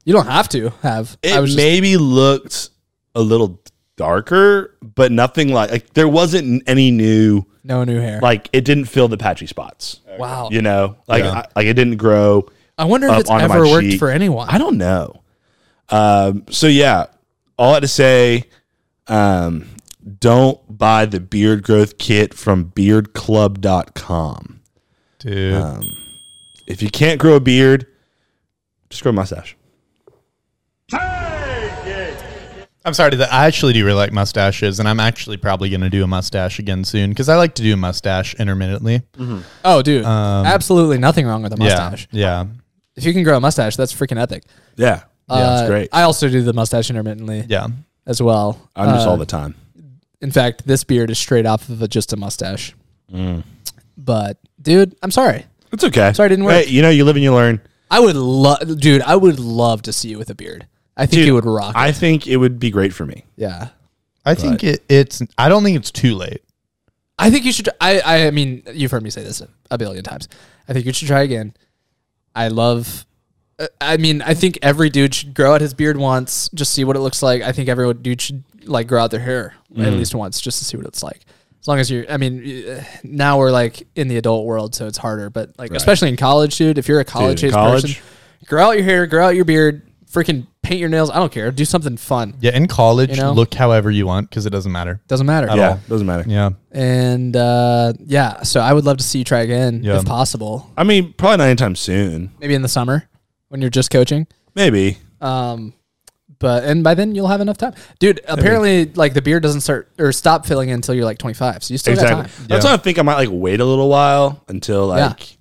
[SPEAKER 1] You don't have to have. I was
[SPEAKER 3] it
[SPEAKER 1] just-
[SPEAKER 3] maybe looked a little darker, but nothing like like there wasn't any new
[SPEAKER 1] no new hair.
[SPEAKER 3] like it didn't fill the patchy spots.
[SPEAKER 1] wow.
[SPEAKER 3] You know, like
[SPEAKER 2] Yeah.
[SPEAKER 3] I, like it didn't grow.
[SPEAKER 1] I wonder if
[SPEAKER 3] up
[SPEAKER 1] it's
[SPEAKER 3] onto my
[SPEAKER 1] ever worked
[SPEAKER 3] cheek.
[SPEAKER 1] for anyone.
[SPEAKER 3] I don't know. Um, so yeah, all I had to say, um, don't buy the beard growth kit from beardclub.com.
[SPEAKER 2] Dude,
[SPEAKER 3] If you can't grow a beard, just grow a mustache.
[SPEAKER 2] I'm sorry. That I actually do really like mustaches, and I'm actually probably going to do a mustache again soon because I like to do a mustache intermittently.
[SPEAKER 1] oh, dude. absolutely nothing wrong with a mustache.
[SPEAKER 2] Um, Yeah, yeah.
[SPEAKER 1] If you can grow a mustache, that's freaking epic.
[SPEAKER 3] Yeah. Yeah,
[SPEAKER 1] Uh,
[SPEAKER 3] it's great. I,
[SPEAKER 1] I also do the mustache intermittently
[SPEAKER 2] Yeah.
[SPEAKER 1] as well.
[SPEAKER 3] am just
[SPEAKER 1] Uh,
[SPEAKER 3] all the time.
[SPEAKER 1] In fact, this beard is straight off of a, just a mustache.
[SPEAKER 3] Mm.
[SPEAKER 1] But dude, I'm sorry.
[SPEAKER 3] It's okay.
[SPEAKER 1] sorry, it didn't
[SPEAKER 3] Hey,
[SPEAKER 1] work.
[SPEAKER 3] you know, you live and you learn.
[SPEAKER 1] I would love, dude. I would love to see you with a beard. I think
[SPEAKER 3] Dude,
[SPEAKER 1] you would rock. Oh.
[SPEAKER 3] I think it would be great for me.
[SPEAKER 1] yeah.
[SPEAKER 2] I think it, it's. I don't think it's too late.
[SPEAKER 1] I think you should. I, I mean, you've heard me say this a billion times. I think you should try again. I love. uh, I mean, I think every dude should grow out his beard once, just see what it looks like. I think every dude should like grow out their hair at least once, just to see what it's like. As long as you're, I mean, uh, now we're like in the adult world, so it's harder. But like, especially in college, dude, if you're a college age
[SPEAKER 3] college-
[SPEAKER 1] person, grow out your hair, grow out your beard, freaking paint your nails. I don't care. Do something fun.
[SPEAKER 2] Yeah, in college,
[SPEAKER 1] You know?
[SPEAKER 2] look however you want because it doesn't matter.
[SPEAKER 1] Doesn't matter.
[SPEAKER 3] yeah. Doesn't matter.
[SPEAKER 2] Yeah,
[SPEAKER 1] And uh, yeah, so I would love to see you try again
[SPEAKER 2] Yeah.
[SPEAKER 1] if possible.
[SPEAKER 3] I mean, probably not anytime soon.
[SPEAKER 1] Maybe in the summer when you're just coaching.
[SPEAKER 3] Maybe.
[SPEAKER 1] Um, but and by then you'll have enough time, dude. Apparently, like the beard doesn't start or stop filling until you're like 25, so you still
[SPEAKER 3] exactly.
[SPEAKER 1] got time.
[SPEAKER 3] That's
[SPEAKER 2] Yeah.
[SPEAKER 3] why I think I might like wait a little while until
[SPEAKER 1] Yeah.
[SPEAKER 3] like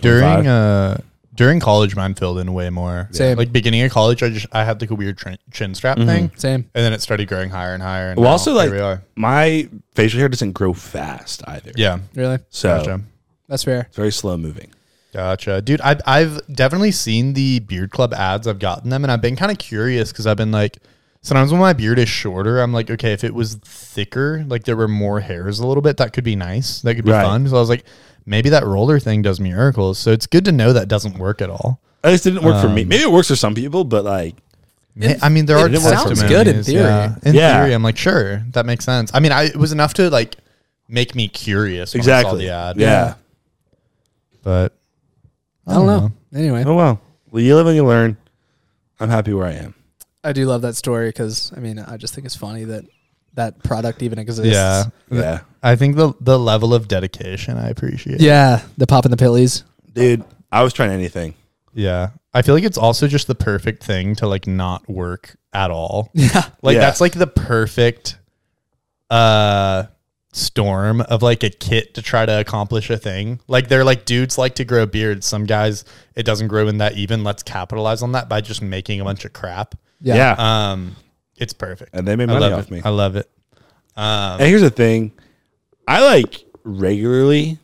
[SPEAKER 2] during
[SPEAKER 3] Five.
[SPEAKER 2] uh during college, mine filled in way more.
[SPEAKER 1] Same.
[SPEAKER 2] Like beginning of college, I just I had like a weird trin- chin strap thing,
[SPEAKER 1] Same.
[SPEAKER 2] and then it started growing higher and higher. And
[SPEAKER 3] Mm-hmm. Well,
[SPEAKER 2] now
[SPEAKER 3] also like
[SPEAKER 2] here we are.
[SPEAKER 3] my facial hair doesn't grow fast either.
[SPEAKER 2] Yeah,
[SPEAKER 1] Really,
[SPEAKER 3] so
[SPEAKER 2] gotcha.
[SPEAKER 1] that's fair.
[SPEAKER 3] it's very slow moving.
[SPEAKER 2] Gotcha, dude. I've I've definitely seen the beard club ads. I've gotten them, and I've been kind of curious because I've been like, sometimes when my beard is shorter, I'm like, okay, if it was thicker, like there were more hairs a little bit, that could be nice. That could be
[SPEAKER 3] Right.
[SPEAKER 2] fun. So I was like, maybe that roller thing does miracles. So it's good to know that doesn't work at all.
[SPEAKER 3] At least it didn't work for
[SPEAKER 2] Um,
[SPEAKER 3] me. Maybe it works for some people, but like
[SPEAKER 1] It-
[SPEAKER 2] I mean, there
[SPEAKER 1] it
[SPEAKER 2] are
[SPEAKER 1] sounds good in
[SPEAKER 2] testimonies,
[SPEAKER 1] theory.
[SPEAKER 2] Yeah. In
[SPEAKER 3] Yeah.
[SPEAKER 2] theory, I'm like, sure, that makes sense. I mean, I it was enough to like make me curious. When I saw
[SPEAKER 3] exactly.
[SPEAKER 2] the ad.
[SPEAKER 3] Yeah.
[SPEAKER 2] but
[SPEAKER 1] I don't know. Anyway,
[SPEAKER 3] Oh well. Well, you live and you learn. I'm happy where I am.
[SPEAKER 1] I do love that story because I mean, I just think it's funny that that product even exists.
[SPEAKER 2] yeah.
[SPEAKER 3] Yeah.
[SPEAKER 2] I think the the level of dedication I appreciate.
[SPEAKER 1] yeah. The pop and the pillies.
[SPEAKER 3] Dude, I was trying anything.
[SPEAKER 2] Yeah. I feel like it's also just the perfect thing to like not work at all.
[SPEAKER 1] Yeah,
[SPEAKER 2] Like
[SPEAKER 3] Yeah.
[SPEAKER 2] that's like the perfect uh storm of like a kit to try to accomplish a thing. Like they're like dudes like to grow beards. Some guys it doesn't grow in that even. Let's capitalize on that by just making a bunch of crap.
[SPEAKER 1] yeah.
[SPEAKER 2] Um it's perfect.
[SPEAKER 3] And they made
[SPEAKER 2] I
[SPEAKER 3] money
[SPEAKER 2] love
[SPEAKER 3] off
[SPEAKER 2] it.
[SPEAKER 3] me.
[SPEAKER 2] I love it.
[SPEAKER 3] and here's the thing. I like regularly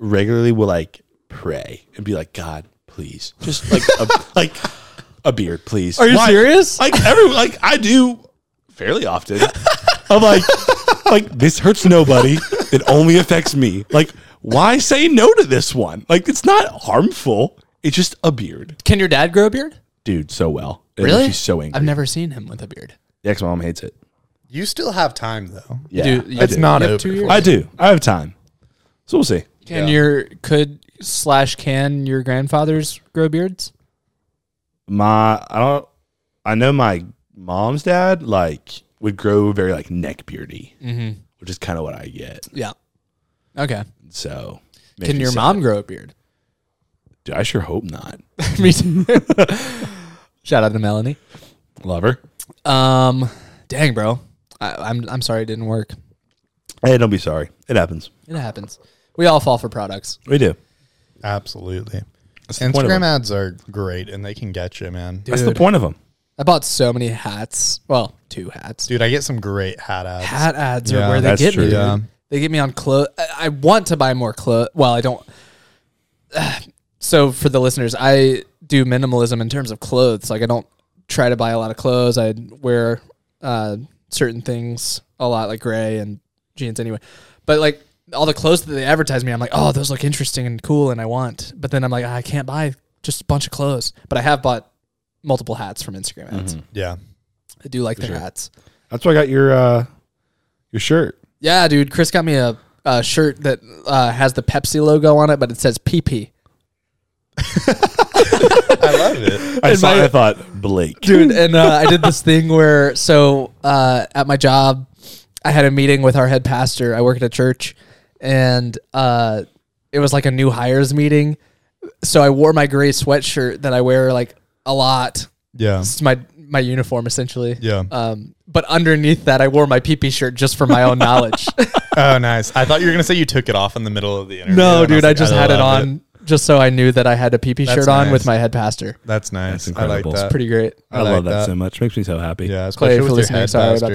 [SPEAKER 3] regularly will like pray and be like, God, please. Just like a like a beard, please.
[SPEAKER 1] Are you
[SPEAKER 3] Why-
[SPEAKER 1] serious?
[SPEAKER 3] Like every like I do fairly often. I'm like like this hurts nobody. It only affects me. Like why say no to this one? Like it's not harmful. It's just a beard,
[SPEAKER 1] Can your dad grow a beard?
[SPEAKER 3] dude. So well, It makes
[SPEAKER 1] Really?
[SPEAKER 3] you so angry.
[SPEAKER 1] I've never seen him with a beard.
[SPEAKER 3] The ex-mom hates it.
[SPEAKER 2] You still have time though.
[SPEAKER 3] Yeah,
[SPEAKER 1] Dude, you
[SPEAKER 3] I
[SPEAKER 1] do.
[SPEAKER 3] do.
[SPEAKER 2] not
[SPEAKER 1] You have
[SPEAKER 2] over.
[SPEAKER 1] two years.
[SPEAKER 3] I do. I have time, so we'll see.
[SPEAKER 1] Can your could slash can your grandfathers grow beards?
[SPEAKER 3] My I don't. I know my mom's dad like would grow very like neck beardy, which is kind of what I get.
[SPEAKER 1] Yeah. Okay.
[SPEAKER 3] So
[SPEAKER 1] Can
[SPEAKER 3] makes me
[SPEAKER 1] your
[SPEAKER 3] sad.
[SPEAKER 1] mom grow a beard?
[SPEAKER 3] Dude, I sure hope not.
[SPEAKER 1] Me too. Shout out to Melanie.
[SPEAKER 3] Love her.
[SPEAKER 1] Um, dang, bro, I, I'm I'm sorry it didn't work.
[SPEAKER 3] Hey, don't be sorry. It happens.
[SPEAKER 1] It happens. We all fall for products.
[SPEAKER 3] We do.
[SPEAKER 2] Absolutely.
[SPEAKER 3] the point of
[SPEAKER 2] Instagram
[SPEAKER 3] it.
[SPEAKER 2] ads are great and they can get you, man. Dude,
[SPEAKER 3] That's the point of them.
[SPEAKER 1] I bought so many hats. Well, two hats.
[SPEAKER 2] I get some great hat ads.
[SPEAKER 1] Hat ads
[SPEAKER 2] Yeah,
[SPEAKER 1] are where they
[SPEAKER 3] that's
[SPEAKER 1] get
[SPEAKER 3] true.
[SPEAKER 1] me. dude.
[SPEAKER 2] Yeah.
[SPEAKER 1] They get me on clothes. I want to buy more clothes. Well, I don't. So for the listeners, I do minimalism in terms of clothes. Like I don't try to buy a lot of clothes. I wear uh, certain things a lot, like gray and jeans anyway. But like all the clothes that they advertise me, I'm like, oh, those look interesting and cool, and I want. But then I'm like, I can't buy just a bunch of clothes. But I have bought multiple hats from Instagram ads.
[SPEAKER 2] Yeah.
[SPEAKER 1] I do like their hats.
[SPEAKER 3] That's why I got your uh, your shirt.
[SPEAKER 1] Yeah, dude. Chris got me a, a shirt that uh, has the Pepsi logo on it, but it says PP.
[SPEAKER 2] I love it.
[SPEAKER 3] I saw.
[SPEAKER 1] my-
[SPEAKER 3] it, I thought Blake.
[SPEAKER 1] Dude, and uh, I did this thing where, so uh, at my job, I had a meeting with our head pastor. I work at a church, and uh, it was like a new hires meeting. So I wore my gray sweatshirt that I wear like a lot.
[SPEAKER 2] Yeah.
[SPEAKER 1] It's my my uniform essentially.
[SPEAKER 2] Yeah.
[SPEAKER 1] Um, but underneath that, I wore my PP shirt just for my own knowledge.
[SPEAKER 2] Oh, nice. I thought you were going to say you took it off in the middle of the interview.
[SPEAKER 1] No,
[SPEAKER 2] and was
[SPEAKER 1] dude, I
[SPEAKER 2] like,
[SPEAKER 1] just had it
[SPEAKER 2] love
[SPEAKER 1] on just so I knew that I had a PP
[SPEAKER 2] That's
[SPEAKER 1] shirt on with
[SPEAKER 2] nice.
[SPEAKER 1] my head pastor.
[SPEAKER 2] That's nice.
[SPEAKER 3] That's
[SPEAKER 2] I like
[SPEAKER 3] incredible.
[SPEAKER 2] that.
[SPEAKER 3] It's
[SPEAKER 1] Pretty great.
[SPEAKER 3] I,
[SPEAKER 2] like
[SPEAKER 3] love that,
[SPEAKER 2] that.
[SPEAKER 3] so much. Makes me so happy.
[SPEAKER 2] Yeah,
[SPEAKER 1] Clay,
[SPEAKER 2] especially
[SPEAKER 1] for
[SPEAKER 2] with your
[SPEAKER 1] listening,
[SPEAKER 2] head
[SPEAKER 1] sorry about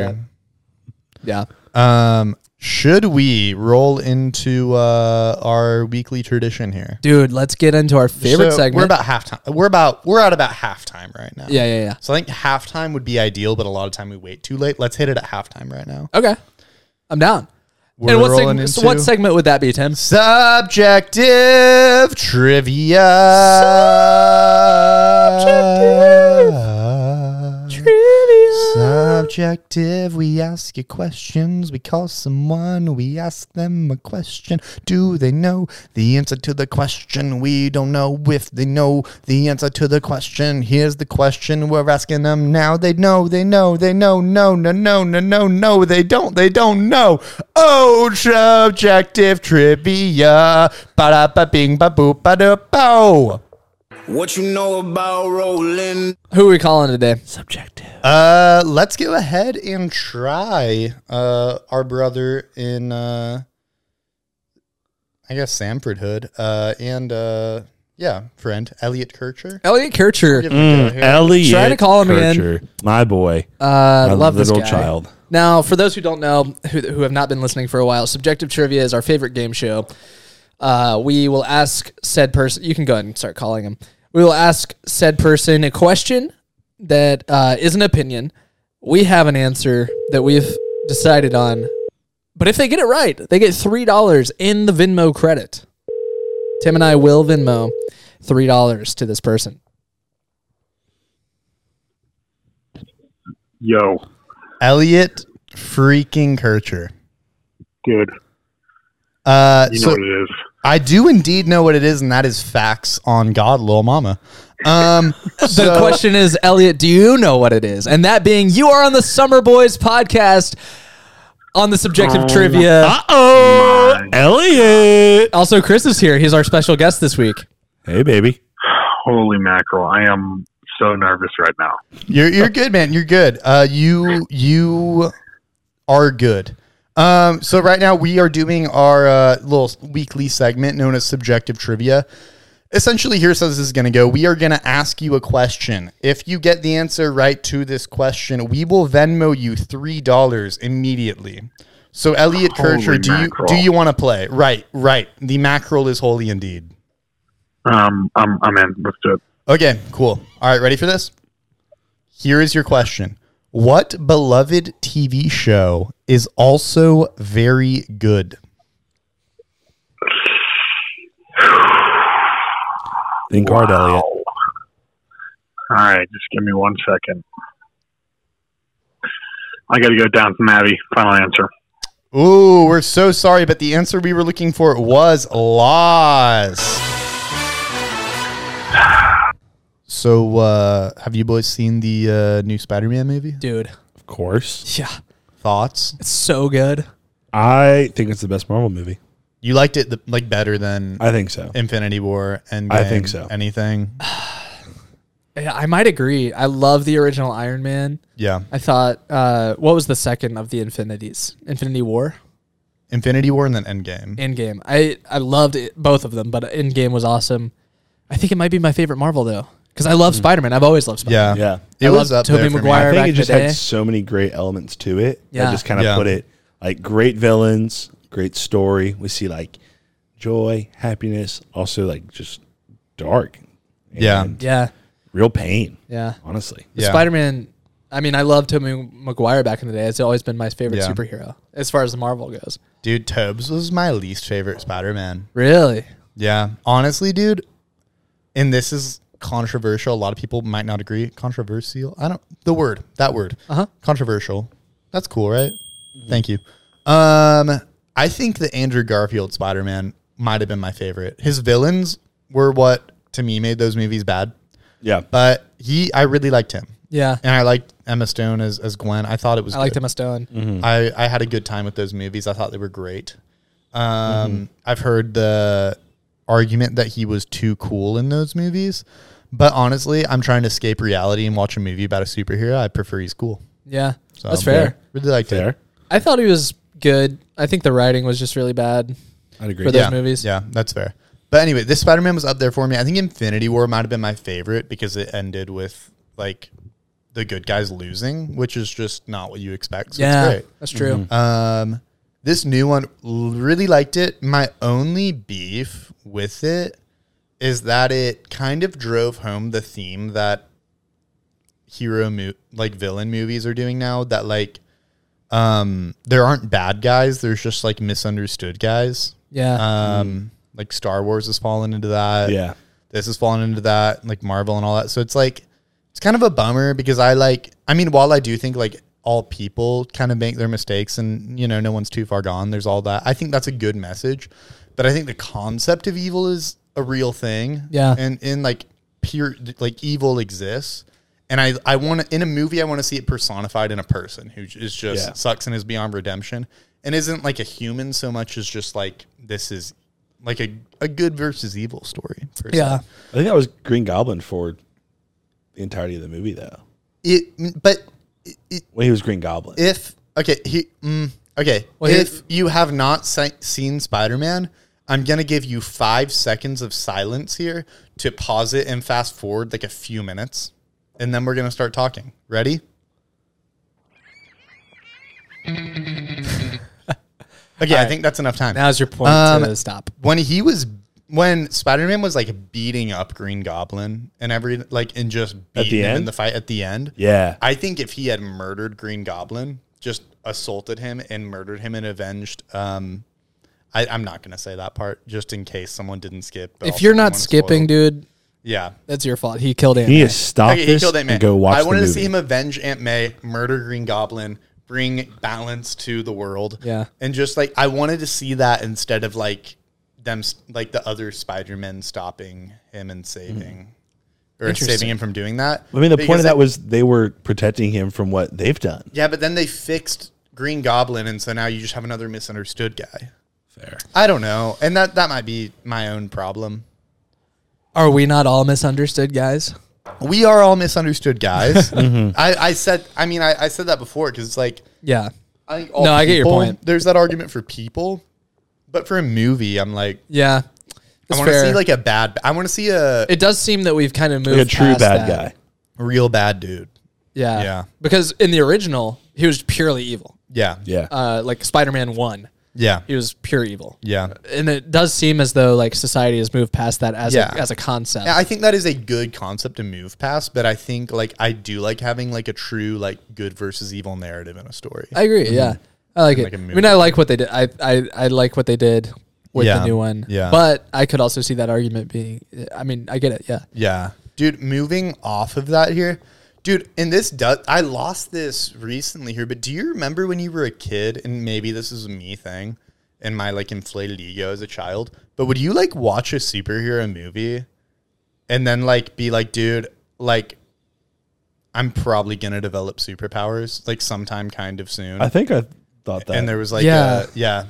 [SPEAKER 2] bastard.
[SPEAKER 1] Yeah.
[SPEAKER 2] Um, should we roll into uh, our weekly tradition here?
[SPEAKER 1] Dude, let's get into our favorite
[SPEAKER 2] So
[SPEAKER 1] segment.
[SPEAKER 2] We're about halftime. We're about we're at about halftime right now.
[SPEAKER 1] yeah, yeah,
[SPEAKER 2] So I think halftime would be ideal, but a lot of time we wait too late. Let's hit it at halftime right now.
[SPEAKER 1] yeah. Okay. I'm down.
[SPEAKER 2] We're
[SPEAKER 1] and what, seg-
[SPEAKER 2] rolling
[SPEAKER 1] so what
[SPEAKER 2] into-
[SPEAKER 1] segment would that be, Tim?
[SPEAKER 2] Subjective trivia. Subjective. Subjective. We ask you questions. We call someone. We ask them a question. Do they know the answer to the question? We don't know if they know the answer to the question. Here's the question we're asking them now. They know. They know. They know. No, no, no, no, no, no. They don't. They don't know. Oh, subjective trivia. Ba da ba bing ba boop ba da bow.
[SPEAKER 4] What you know about rolling?
[SPEAKER 1] Who are we calling today?
[SPEAKER 2] Uh, let's go ahead and try uh our brother in uh I guess Samford Hood uh and uh yeah friend Elliot Kircher.
[SPEAKER 1] Elliot Kircher.
[SPEAKER 2] Give him a go here.
[SPEAKER 3] Elliot.
[SPEAKER 1] Try to call him again.
[SPEAKER 3] Kircher, My boy.
[SPEAKER 1] Uh,
[SPEAKER 3] my
[SPEAKER 1] love this
[SPEAKER 3] little
[SPEAKER 1] guy.
[SPEAKER 3] child.
[SPEAKER 1] Now, for those who don't know, who, who have not been listening for a while, Subjective Trivia is our favorite game show. Uh, we will ask said person, you can go ahead and start calling him. We will ask said person a question that uh, is an opinion. We have an answer that we've decided on. But if they get it right, they get $3 in the Venmo credit. Tim and I will Venmo $3 to this person.
[SPEAKER 5] Yo,
[SPEAKER 2] Elliot freaking Kircher.
[SPEAKER 5] dude,
[SPEAKER 2] Uh,
[SPEAKER 5] you
[SPEAKER 2] so
[SPEAKER 5] know what it is.
[SPEAKER 2] I do indeed know what it is, and that is facts on God, Lil Mama. Um,
[SPEAKER 1] The
[SPEAKER 2] so-
[SPEAKER 1] question is, Elliot, do you know what it is? And that being, you are on the Summer Boys podcast on the subjective trivia.
[SPEAKER 3] oh, Elliot.
[SPEAKER 1] Also, Chris is here. He's our special guest this week.
[SPEAKER 3] Hey, baby.
[SPEAKER 5] Holy mackerel! I am so nervous right now.
[SPEAKER 2] You're you're good, man. You're good. Uh, you you are good. Um, so right now we are doing our uh, little weekly segment known as subjective trivia. Essentially, here's how this is going to go. We are going to ask you a question. If you get the answer right to this question, we will Venmo you three dollars immediately. So Elliot
[SPEAKER 5] Holy
[SPEAKER 2] Kircher, do you
[SPEAKER 5] mackerel.
[SPEAKER 2] do you want to play? Right, right. The mackerel is holy indeed.
[SPEAKER 5] Um, I'm I'm in. Let's do it.
[SPEAKER 2] Okay, cool. All right, ready for this? Here is your question. What beloved TV show is also very good?
[SPEAKER 3] Think hard, Elliot.
[SPEAKER 5] All right, just give me one second. I got to go down from Abby. Final answer.
[SPEAKER 2] Ooh, we're so sorry, but the answer we were looking for was Lost. So, uh, have you boys seen the uh, new Spider-Man movie?
[SPEAKER 1] Dude.
[SPEAKER 3] Of course.
[SPEAKER 1] Yeah.
[SPEAKER 2] Thoughts?
[SPEAKER 1] It's so good.
[SPEAKER 3] I think it's the best Marvel movie.
[SPEAKER 2] You liked it the, like better than
[SPEAKER 3] I think so.
[SPEAKER 2] Infinity War and
[SPEAKER 3] I think so.
[SPEAKER 2] Anything?
[SPEAKER 1] Yeah, I might agree. I love the original Iron Man.
[SPEAKER 2] Yeah.
[SPEAKER 1] I thought, uh, what was the second of the Infinities? Infinity War?
[SPEAKER 2] Infinity War and then Endgame.
[SPEAKER 1] Endgame. I I loved it, both of them, but Endgame was awesome. I think it might be my favorite Marvel though, because I love Spider Man. I've always loved Spider
[SPEAKER 2] Yeah,
[SPEAKER 1] Man.
[SPEAKER 3] Yeah.
[SPEAKER 2] It
[SPEAKER 1] I
[SPEAKER 2] was
[SPEAKER 1] love
[SPEAKER 2] up
[SPEAKER 1] Tobey
[SPEAKER 2] there for me.
[SPEAKER 1] Maguire.
[SPEAKER 3] I think
[SPEAKER 1] back
[SPEAKER 3] it
[SPEAKER 1] in
[SPEAKER 3] just
[SPEAKER 1] the day.
[SPEAKER 3] had so many great elements to it.
[SPEAKER 1] Yeah.
[SPEAKER 3] That just kind of
[SPEAKER 2] Yeah.
[SPEAKER 3] put it like great villains, great story. We see like joy, happiness, also like just dark.
[SPEAKER 2] Yeah.
[SPEAKER 3] and
[SPEAKER 1] Yeah,
[SPEAKER 3] Real pain.
[SPEAKER 1] yeah.
[SPEAKER 3] Honestly.
[SPEAKER 2] Yeah.
[SPEAKER 1] Spider Man. I mean, I loved Tobey Maguire back in the day. It's always been my favorite
[SPEAKER 2] Yeah.
[SPEAKER 1] superhero as far as Marvel goes.
[SPEAKER 2] Dude, Tobes was my least favorite Spider Man.
[SPEAKER 1] Really?
[SPEAKER 2] Yeah. Honestly, dude, and this is controversial. A lot of people might not agree. Controversial. I don't the word. That word.
[SPEAKER 1] Uh-huh. Mm-hmm.
[SPEAKER 2] Controversial. That's cool, right? Thank you. Um I think the Andrew Garfield Spider Man might have been my favorite. His villains were what to me made those movies bad.
[SPEAKER 3] Yeah.
[SPEAKER 2] But he I really liked him.
[SPEAKER 1] Yeah.
[SPEAKER 2] And I liked Emma Stone as, as Gwen. I thought it was
[SPEAKER 1] I liked
[SPEAKER 2] good.
[SPEAKER 1] Emma Stone.
[SPEAKER 2] I, I had a good time with those movies. I thought they were great. Um,
[SPEAKER 1] Mm-hmm.
[SPEAKER 2] I've heard the argument that he was too cool in those movies, but honestly, I'm trying to escape reality and watch a movie about a superhero. I prefer he's cool.
[SPEAKER 1] Yeah,
[SPEAKER 2] So
[SPEAKER 1] that's fair.
[SPEAKER 2] Really liked
[SPEAKER 3] Fair.
[SPEAKER 2] it.
[SPEAKER 1] I thought he was good. I think the writing was just really bad.
[SPEAKER 3] I'd agree.
[SPEAKER 1] For the-
[SPEAKER 2] Yeah,
[SPEAKER 1] Those movies.
[SPEAKER 2] Yeah, that's fair. But anyway, this Spider Man was up there for me. I think Infinity War might have been my favorite because it ended with like the good guys losing, which is just not what you expect. So
[SPEAKER 1] yeah,
[SPEAKER 2] it's great.
[SPEAKER 1] that's true.
[SPEAKER 2] Um, this new one l- really liked it. My only beef with it is that it kind of drove home the theme that hero mo- like villain movies are doing now that like um there aren't bad guys there's just like misunderstood guys
[SPEAKER 1] Yeah,
[SPEAKER 2] um like star wars has fallen into that
[SPEAKER 3] yeah.
[SPEAKER 2] this has fallen into that, like Marvel and all that. So it's like it's kind of a bummer because I like I mean, while I do think like all people kind of make their mistakes and you know, no one's too far gone. There's all that. I think that's a good message. But I think the concept of evil is a real thing.
[SPEAKER 1] Yeah.
[SPEAKER 2] And in like pure like evil exists. And I, I want to in a movie I want to see it personified in a person who is just
[SPEAKER 3] Yeah.
[SPEAKER 2] sucks and is beyond redemption and isn't like a human so much as just like this is like a, a good versus evil story. per se.
[SPEAKER 1] yeah.
[SPEAKER 3] I think that was Green Goblin for the entirety of the movie though.
[SPEAKER 2] It, but i- i-
[SPEAKER 3] When he was Green Goblin.
[SPEAKER 2] if okay, he mm, okay.
[SPEAKER 1] Well, here-
[SPEAKER 2] if you have not se- seen Spider Man, I'm gonna give you five seconds of silence here to pause it and fast forward like a few minutes, and then we're gonna start talking. Ready? okay, I think that's enough time.
[SPEAKER 1] Now's your point
[SPEAKER 2] Um,
[SPEAKER 1] to stop.
[SPEAKER 2] when he was when Spider-Man was like beating up Green Goblin and every like and just
[SPEAKER 3] At
[SPEAKER 2] beating
[SPEAKER 3] the
[SPEAKER 2] him in
[SPEAKER 3] end?
[SPEAKER 2] the fight at the end.
[SPEAKER 3] yeah.
[SPEAKER 2] I think if he had murdered Green Goblin, just assaulted him and murdered him and avenged um I, I'm not gonna say that part just in case someone didn't skip. but
[SPEAKER 1] If
[SPEAKER 2] also
[SPEAKER 1] you're
[SPEAKER 2] didn't
[SPEAKER 1] not
[SPEAKER 2] wanna
[SPEAKER 1] skipping,
[SPEAKER 2] spoil.
[SPEAKER 1] dude,
[SPEAKER 2] yeah.
[SPEAKER 1] that's your fault. He killed Ant.
[SPEAKER 3] he is stop
[SPEAKER 2] Okay, he
[SPEAKER 3] this
[SPEAKER 2] killed Aunt May.
[SPEAKER 3] and go watch
[SPEAKER 2] I wanted
[SPEAKER 3] the
[SPEAKER 2] to see
[SPEAKER 3] movie.
[SPEAKER 2] him avenge Aunt May, murder Green Goblin, bring balance to the world.
[SPEAKER 1] Yeah.
[SPEAKER 2] and just like I wanted to see that instead of like them, s- like the other Spider Men stopping him and saving or saving
[SPEAKER 1] Interesting.
[SPEAKER 2] him from doing that.
[SPEAKER 3] Hmm. I mean, the point
[SPEAKER 2] Because
[SPEAKER 3] of that
[SPEAKER 2] it-
[SPEAKER 3] was they were protecting him from what they've done.
[SPEAKER 2] yeah, but then they fixed Green Goblin, and so now you just have another misunderstood guy.
[SPEAKER 3] Fair.
[SPEAKER 2] I don't know, and that that might be my own problem.
[SPEAKER 1] Are we not all misunderstood, guys?
[SPEAKER 2] We are all misunderstood guys.
[SPEAKER 3] Mm-hmm.
[SPEAKER 2] I, I said, I mean, I, I said that before because it's like.
[SPEAKER 1] Yeah.
[SPEAKER 2] I think all
[SPEAKER 1] No, I get your
[SPEAKER 2] people-
[SPEAKER 1] point.
[SPEAKER 2] There's that argument for people, but for a movie, I'm like,
[SPEAKER 1] Yeah. That's
[SPEAKER 2] I want to
[SPEAKER 1] fair.
[SPEAKER 2] see like a bad. I want to see a
[SPEAKER 1] it does seem that we've kind of moved
[SPEAKER 3] Like a true
[SPEAKER 1] past
[SPEAKER 3] bad
[SPEAKER 1] that.
[SPEAKER 3] guy.
[SPEAKER 2] real bad dude.
[SPEAKER 1] Yeah.
[SPEAKER 2] Yeah.
[SPEAKER 1] Because in the original, he was purely evil.
[SPEAKER 2] Yeah,
[SPEAKER 3] Yeah.
[SPEAKER 1] Uh, like Spider-Man One,
[SPEAKER 2] yeah,
[SPEAKER 1] he was pure evil.
[SPEAKER 2] yeah.
[SPEAKER 1] And it does seem as though like society has moved past that as
[SPEAKER 2] Yeah.
[SPEAKER 1] a, as a concept.
[SPEAKER 2] I think that is a good concept to move past, but I think like I do like having like a true like good versus evil narrative in a story.
[SPEAKER 1] I agree. Yeah, I like it.
[SPEAKER 2] like Mm-hmm. a
[SPEAKER 1] I mean,
[SPEAKER 2] movie.
[SPEAKER 1] I like what they did. I I, I like what they did with
[SPEAKER 2] Yeah.
[SPEAKER 1] the new one.
[SPEAKER 2] Yeah.
[SPEAKER 1] but I could also see that argument being. I mean, I get it. Yeah,
[SPEAKER 2] Yeah. Dude, moving off of that here. Dude, and this does I lost this recently here, but do you remember when you were a kid and maybe this is a me thing and my like inflated ego as a child, but would you like watch a superhero movie and then like be like, dude, like I'm probably going to develop superpowers like sometime kind of soon.
[SPEAKER 3] I think I thought that.
[SPEAKER 2] and there was like
[SPEAKER 1] Yeah.
[SPEAKER 2] yeah. yeah.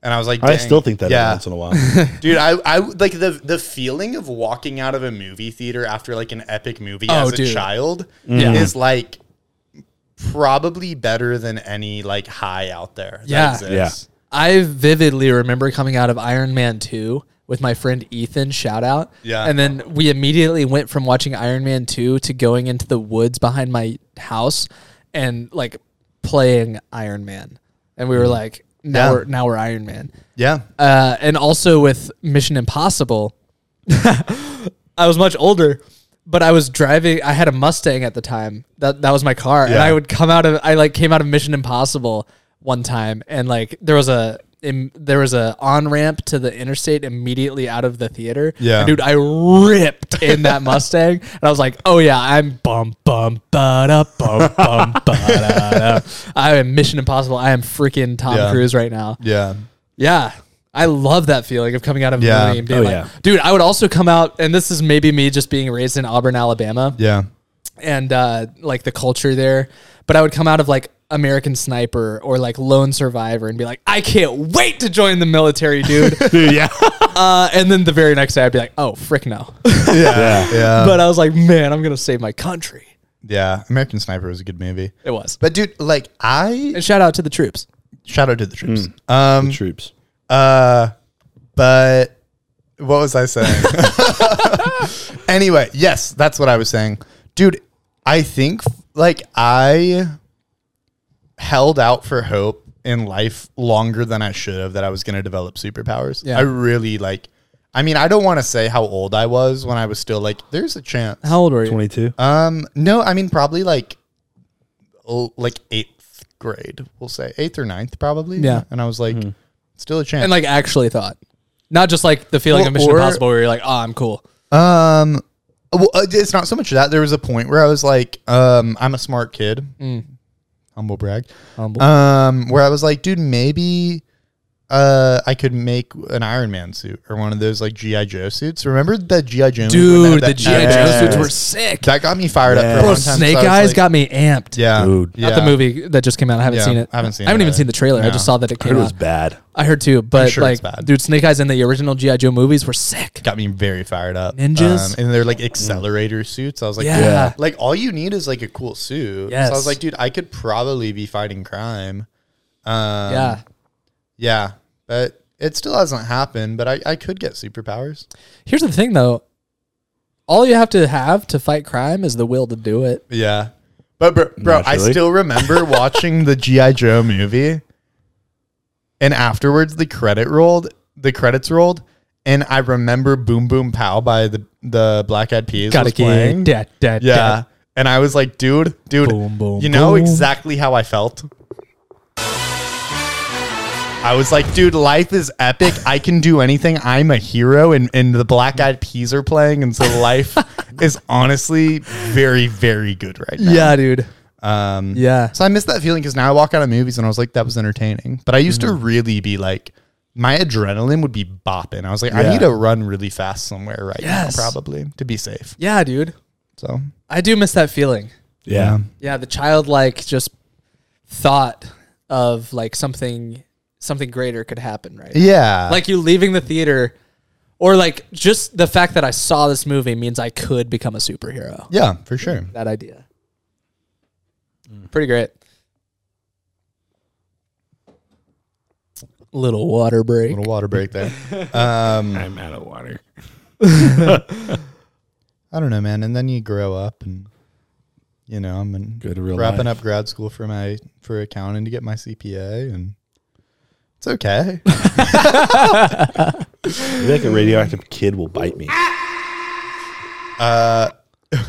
[SPEAKER 2] And I was like,
[SPEAKER 3] I
[SPEAKER 2] dang,
[SPEAKER 3] still think that every once in a while.
[SPEAKER 2] Dude, I, I like the the feeling of walking out of a movie theater after like an epic movie
[SPEAKER 1] Oh,
[SPEAKER 2] as a
[SPEAKER 1] dude. Mm-hmm.
[SPEAKER 2] child
[SPEAKER 1] Yeah.
[SPEAKER 2] is like probably better than any like high out there. that
[SPEAKER 1] Yeah.
[SPEAKER 2] exists.
[SPEAKER 1] I vividly remember coming out of Iron Man 2 with my friend Ethan, shout out.
[SPEAKER 2] Yeah.
[SPEAKER 1] And then we immediately went from watching Iron Man 2 to going into the woods behind my house and like playing Iron Man. And we were like, now
[SPEAKER 2] Mm. Yeah.
[SPEAKER 1] we're now we're Iron Man.
[SPEAKER 2] Yeah.
[SPEAKER 1] Uh, and also with Mission Impossible, I was much older, but I was driving. I had a Mustang at the time. That that was my car, and
[SPEAKER 2] Yeah.
[SPEAKER 1] I would come out of. I like came out of Mission Impossible one time, and like there was a. im there was a on ramp to the interstate immediately out of the theater.
[SPEAKER 2] Yeah.
[SPEAKER 1] And dude, I ripped in that Mustang, and I was like, "Oh yeah, I'm bum bum ba da bum bum ba da." I am Mission Impossible. I am freaking Tom
[SPEAKER 2] Yeah.
[SPEAKER 1] Cruise right now.
[SPEAKER 2] Yeah.
[SPEAKER 1] Yeah. I love that feeling of coming out of a
[SPEAKER 2] Yeah.
[SPEAKER 1] movie and being
[SPEAKER 3] Oh,
[SPEAKER 1] like,
[SPEAKER 3] yeah.
[SPEAKER 1] dude, I would also come out, and this is maybe me just being raised in Auburn, Alabama,
[SPEAKER 2] Yeah.
[SPEAKER 1] and uh, like the culture there, but I would come out of like American Sniper or like Lone Survivor and be like, I can't wait to join the military, dude.
[SPEAKER 3] Dude, yeah.
[SPEAKER 1] uh, and then the very next day, I'd be like, oh, frick no.
[SPEAKER 2] Uh-huh.
[SPEAKER 3] yeah.
[SPEAKER 2] Yeah.
[SPEAKER 1] but I was like, man, I'm going to save my country.
[SPEAKER 2] yeah. American Sniper was a good movie.
[SPEAKER 1] It was.
[SPEAKER 2] But dude, like I
[SPEAKER 1] and shout out to the troops.
[SPEAKER 2] shout out to the troops. Um
[SPEAKER 3] Troops.
[SPEAKER 2] uh but what was I saying? anyway, yes, that's what I was saying. Dude, I think like I held out for hope in life longer than I should have that I was going to develop superpowers.
[SPEAKER 1] Yeah.
[SPEAKER 2] I really like I mean, I don't want to say how old I was when I was still like there's a chance.
[SPEAKER 1] How old were you?
[SPEAKER 3] 22.
[SPEAKER 2] Um, no, I mean probably like, oh, like eighth grade. We'll say eighth or ninth, probably.
[SPEAKER 1] Yeah. Mm-hmm.
[SPEAKER 2] And I was like, still a chance.
[SPEAKER 1] And like actually thought. Not just like the feeling
[SPEAKER 2] Or-
[SPEAKER 1] of Mission
[SPEAKER 2] or-
[SPEAKER 1] Impossible where you're like, oh, I'm cool.
[SPEAKER 2] um, well, uh, it's not so much that there was a point where I was like, um, I'm a smart kid. Humble brag.
[SPEAKER 1] Mm. Humble.
[SPEAKER 2] Um, where I was like, dude, maybe. Uh, I could make an Iron Man suit or one of those like GI Joe suits. Remember the GI Joe?
[SPEAKER 1] Dude, the GI Joe
[SPEAKER 3] Yes.
[SPEAKER 1] suits were sick.
[SPEAKER 2] that got me fired up. For a
[SPEAKER 1] Bro,
[SPEAKER 2] long time, so
[SPEAKER 1] Snake
[SPEAKER 2] I was
[SPEAKER 1] Eyes
[SPEAKER 2] like-
[SPEAKER 1] got me amped.
[SPEAKER 2] yeah,
[SPEAKER 3] Dude.
[SPEAKER 2] yeah.
[SPEAKER 1] Not the movie that just came out. I haven't
[SPEAKER 2] Yeah,
[SPEAKER 1] seen it.
[SPEAKER 2] I haven't seen
[SPEAKER 1] I haven't
[SPEAKER 2] it
[SPEAKER 1] even
[SPEAKER 2] either.
[SPEAKER 1] seen the trailer. I
[SPEAKER 2] No.
[SPEAKER 1] just saw that it
[SPEAKER 3] It
[SPEAKER 1] came
[SPEAKER 3] was
[SPEAKER 1] out.
[SPEAKER 3] bad.
[SPEAKER 1] I heard too, but
[SPEAKER 2] sure
[SPEAKER 1] like,
[SPEAKER 2] it's bad.
[SPEAKER 1] dude, Snake Eyes and the original GI Joe movies were sick.
[SPEAKER 2] got me very fired up. Um,
[SPEAKER 1] Ninjas?
[SPEAKER 2] and they're like accelerator suits. I was like,
[SPEAKER 1] Yeah.
[SPEAKER 2] yeah.
[SPEAKER 1] Yeah.
[SPEAKER 2] Like all you need is like a cool suit.
[SPEAKER 1] Yes.
[SPEAKER 2] So I was like, dude, I could probably be fighting crime. Um,
[SPEAKER 1] yeah,
[SPEAKER 2] Yeah. But it still hasn't happened. But I, I could get superpowers.
[SPEAKER 1] Here's the thing, though. All you have to have to fight crime is the will to do it.
[SPEAKER 2] Yeah. But bro, bro I
[SPEAKER 3] Naturally.
[SPEAKER 2] still remember watching the GI Joe movie, and afterwards the credit rolled. The credits rolled, and I remember "Boom Boom Pow" by the the Black Eyed Peas
[SPEAKER 1] Gotta
[SPEAKER 2] was
[SPEAKER 1] get
[SPEAKER 2] playing.
[SPEAKER 1] that, that,
[SPEAKER 2] Yeah. And I was like, dude, dude,
[SPEAKER 1] Boom, boom,
[SPEAKER 2] you know
[SPEAKER 1] boom.
[SPEAKER 2] exactly how I felt. I was like, dude, life is epic. I can do anything. I'm a hero, and, and the black eyed peas are playing. And so life is honestly very, very good right now.
[SPEAKER 1] yeah, dude.
[SPEAKER 2] Um,
[SPEAKER 1] Yeah.
[SPEAKER 2] So I miss that feeling because now I walk out of movies and I was like, that was entertaining. But I used to really be like, my adrenaline would be bopping. I was like, I
[SPEAKER 3] Yeah.
[SPEAKER 2] need to run really fast somewhere right
[SPEAKER 1] Yes.
[SPEAKER 2] now, probably to be safe.
[SPEAKER 1] Yeah, dude.
[SPEAKER 2] So
[SPEAKER 1] I do miss that feeling.
[SPEAKER 3] Yeah.
[SPEAKER 1] Yeah, the childlike just thought of like something, something greater could happen, right?
[SPEAKER 2] yeah,
[SPEAKER 1] like you leaving the theater or like just the fact that i saw this movie means i could become a superhero
[SPEAKER 2] Yeah, for sure.
[SPEAKER 1] that idea pretty great little water break
[SPEAKER 2] Little water break there. Um,
[SPEAKER 3] I'm out of water.
[SPEAKER 2] I don't know, man. And then you grow up, and you know, I'm in,
[SPEAKER 3] Good real
[SPEAKER 2] wrapping
[SPEAKER 3] life.
[SPEAKER 2] up grad school for my for accounting to get my CPA, and it's okay.
[SPEAKER 3] Maybe like a radioactive kid will bite me. Yeah,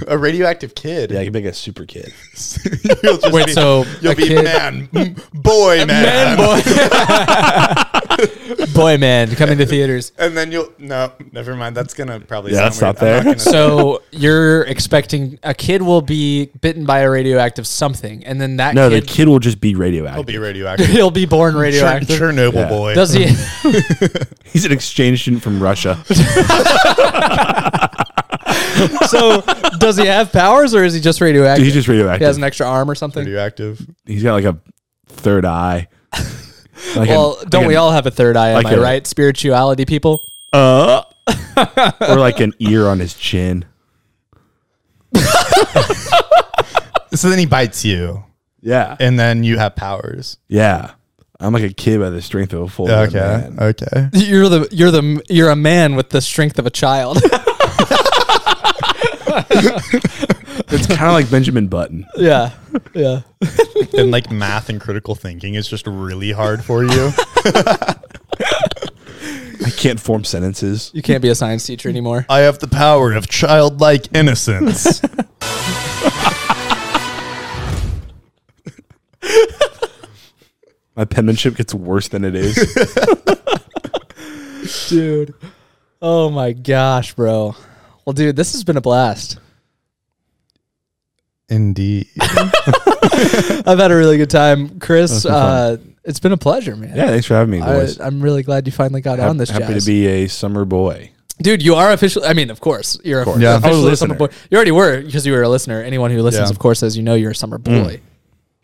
[SPEAKER 2] a radioactive kid.
[SPEAKER 3] I could make a super kid.
[SPEAKER 2] you'll just
[SPEAKER 1] wait
[SPEAKER 2] be,
[SPEAKER 1] so
[SPEAKER 2] you'll
[SPEAKER 1] a
[SPEAKER 2] be
[SPEAKER 1] kid-
[SPEAKER 2] man, mm, boy,
[SPEAKER 1] man
[SPEAKER 2] man.
[SPEAKER 1] boy boy man coming to theaters
[SPEAKER 2] And then you'll no, never mind. That's gonna probably
[SPEAKER 3] Yeah,
[SPEAKER 2] sound
[SPEAKER 3] that's
[SPEAKER 2] weird.
[SPEAKER 3] not
[SPEAKER 2] I'm not gonna-
[SPEAKER 1] so you're expecting a kid will be bitten by a radioactive something and then that
[SPEAKER 3] No, the
[SPEAKER 1] kid,
[SPEAKER 3] kid will just be radioactive.
[SPEAKER 2] I'll be radioactive.
[SPEAKER 1] he'll be born
[SPEAKER 2] Chern-
[SPEAKER 1] radioactive
[SPEAKER 2] Chernobyl
[SPEAKER 3] Yeah.
[SPEAKER 2] boy.
[SPEAKER 1] does he
[SPEAKER 3] He's an exchange student from Russia.
[SPEAKER 1] So does he have powers or is he just radioactive?
[SPEAKER 3] He's just
[SPEAKER 1] he has
[SPEAKER 3] radioactive.
[SPEAKER 1] an extra arm or something.
[SPEAKER 2] radioactive?
[SPEAKER 3] He's got like a third eye. Like an-
[SPEAKER 1] Well,
[SPEAKER 3] like
[SPEAKER 1] don't we
[SPEAKER 3] an-
[SPEAKER 1] all have a third eye? Am
[SPEAKER 3] like
[SPEAKER 1] I
[SPEAKER 3] a-
[SPEAKER 1] right? Spirituality people.
[SPEAKER 3] Uh, or like an ear on his chin.
[SPEAKER 2] So then he bites you,
[SPEAKER 3] Yeah.
[SPEAKER 2] and then you have powers.
[SPEAKER 3] Yeah. I'm like a kid by the strength of a full grown
[SPEAKER 2] Okay.
[SPEAKER 3] Oh, man.
[SPEAKER 2] Okay.
[SPEAKER 1] You're the you're the you're a man with the strength of a child.
[SPEAKER 3] It's kind of like Benjamin Button.
[SPEAKER 1] yeah, yeah.
[SPEAKER 2] and like math and critical thinking is just really hard for you.
[SPEAKER 3] I can't form sentences.
[SPEAKER 1] You can't be a science teacher anymore.
[SPEAKER 3] Uh,
[SPEAKER 2] I have the power of childlike innocence.
[SPEAKER 3] My penmanship gets worse than it is.
[SPEAKER 1] dude. Oh my gosh, bro. Well, dude, this has been a blast.
[SPEAKER 2] Indeed.
[SPEAKER 1] I've had a really good time, Chris. Uh, it's been a pleasure, man.
[SPEAKER 3] yeah, thanks for having me,
[SPEAKER 1] I,
[SPEAKER 3] boys.
[SPEAKER 1] I'm really glad you finally got
[SPEAKER 3] Hap-
[SPEAKER 1] on this.
[SPEAKER 3] happy
[SPEAKER 1] jazz.
[SPEAKER 3] to be a summer boy.
[SPEAKER 1] dude. You are officially. I mean, of course, you're
[SPEAKER 3] course.
[SPEAKER 2] Yeah.
[SPEAKER 1] yeah.
[SPEAKER 3] I was a
[SPEAKER 1] officially a
[SPEAKER 3] listener.
[SPEAKER 1] summer boy. You already were because you were a listener. Anyone who listens,
[SPEAKER 2] Yeah. Mm.
[SPEAKER 1] of course, as you know, you're a summer boy.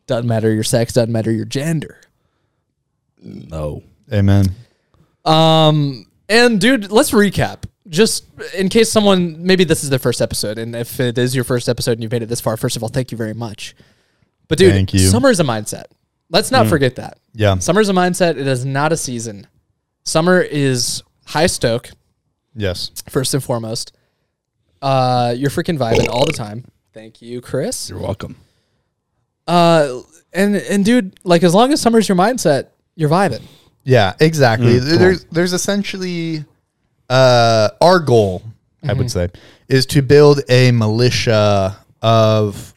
[SPEAKER 1] Doesn't matter your sex. Doesn't matter your gender.
[SPEAKER 3] No.
[SPEAKER 2] Amen.
[SPEAKER 1] Um, and dude, let's recap. Just in case someone, maybe this is their first episode, and if it is your first episode and you've made it this far, first of all, thank you very much. But dude,
[SPEAKER 2] Thank you. Mm.
[SPEAKER 1] summer is a mindset. Let's not forget that.
[SPEAKER 2] Yeah.
[SPEAKER 1] Summer is a mindset. It is not a season. Summer is high stoke,
[SPEAKER 2] Yes.
[SPEAKER 1] first and foremost. Uh, you're freaking vibing all the time. Thank you, Chris.
[SPEAKER 3] You're welcome.
[SPEAKER 1] Uh, and and dude, like as long as summer's your mindset, you're vibing.
[SPEAKER 2] Yeah, exactly. There- there's there's essentially uh, our goal, I would say, is to build a militia of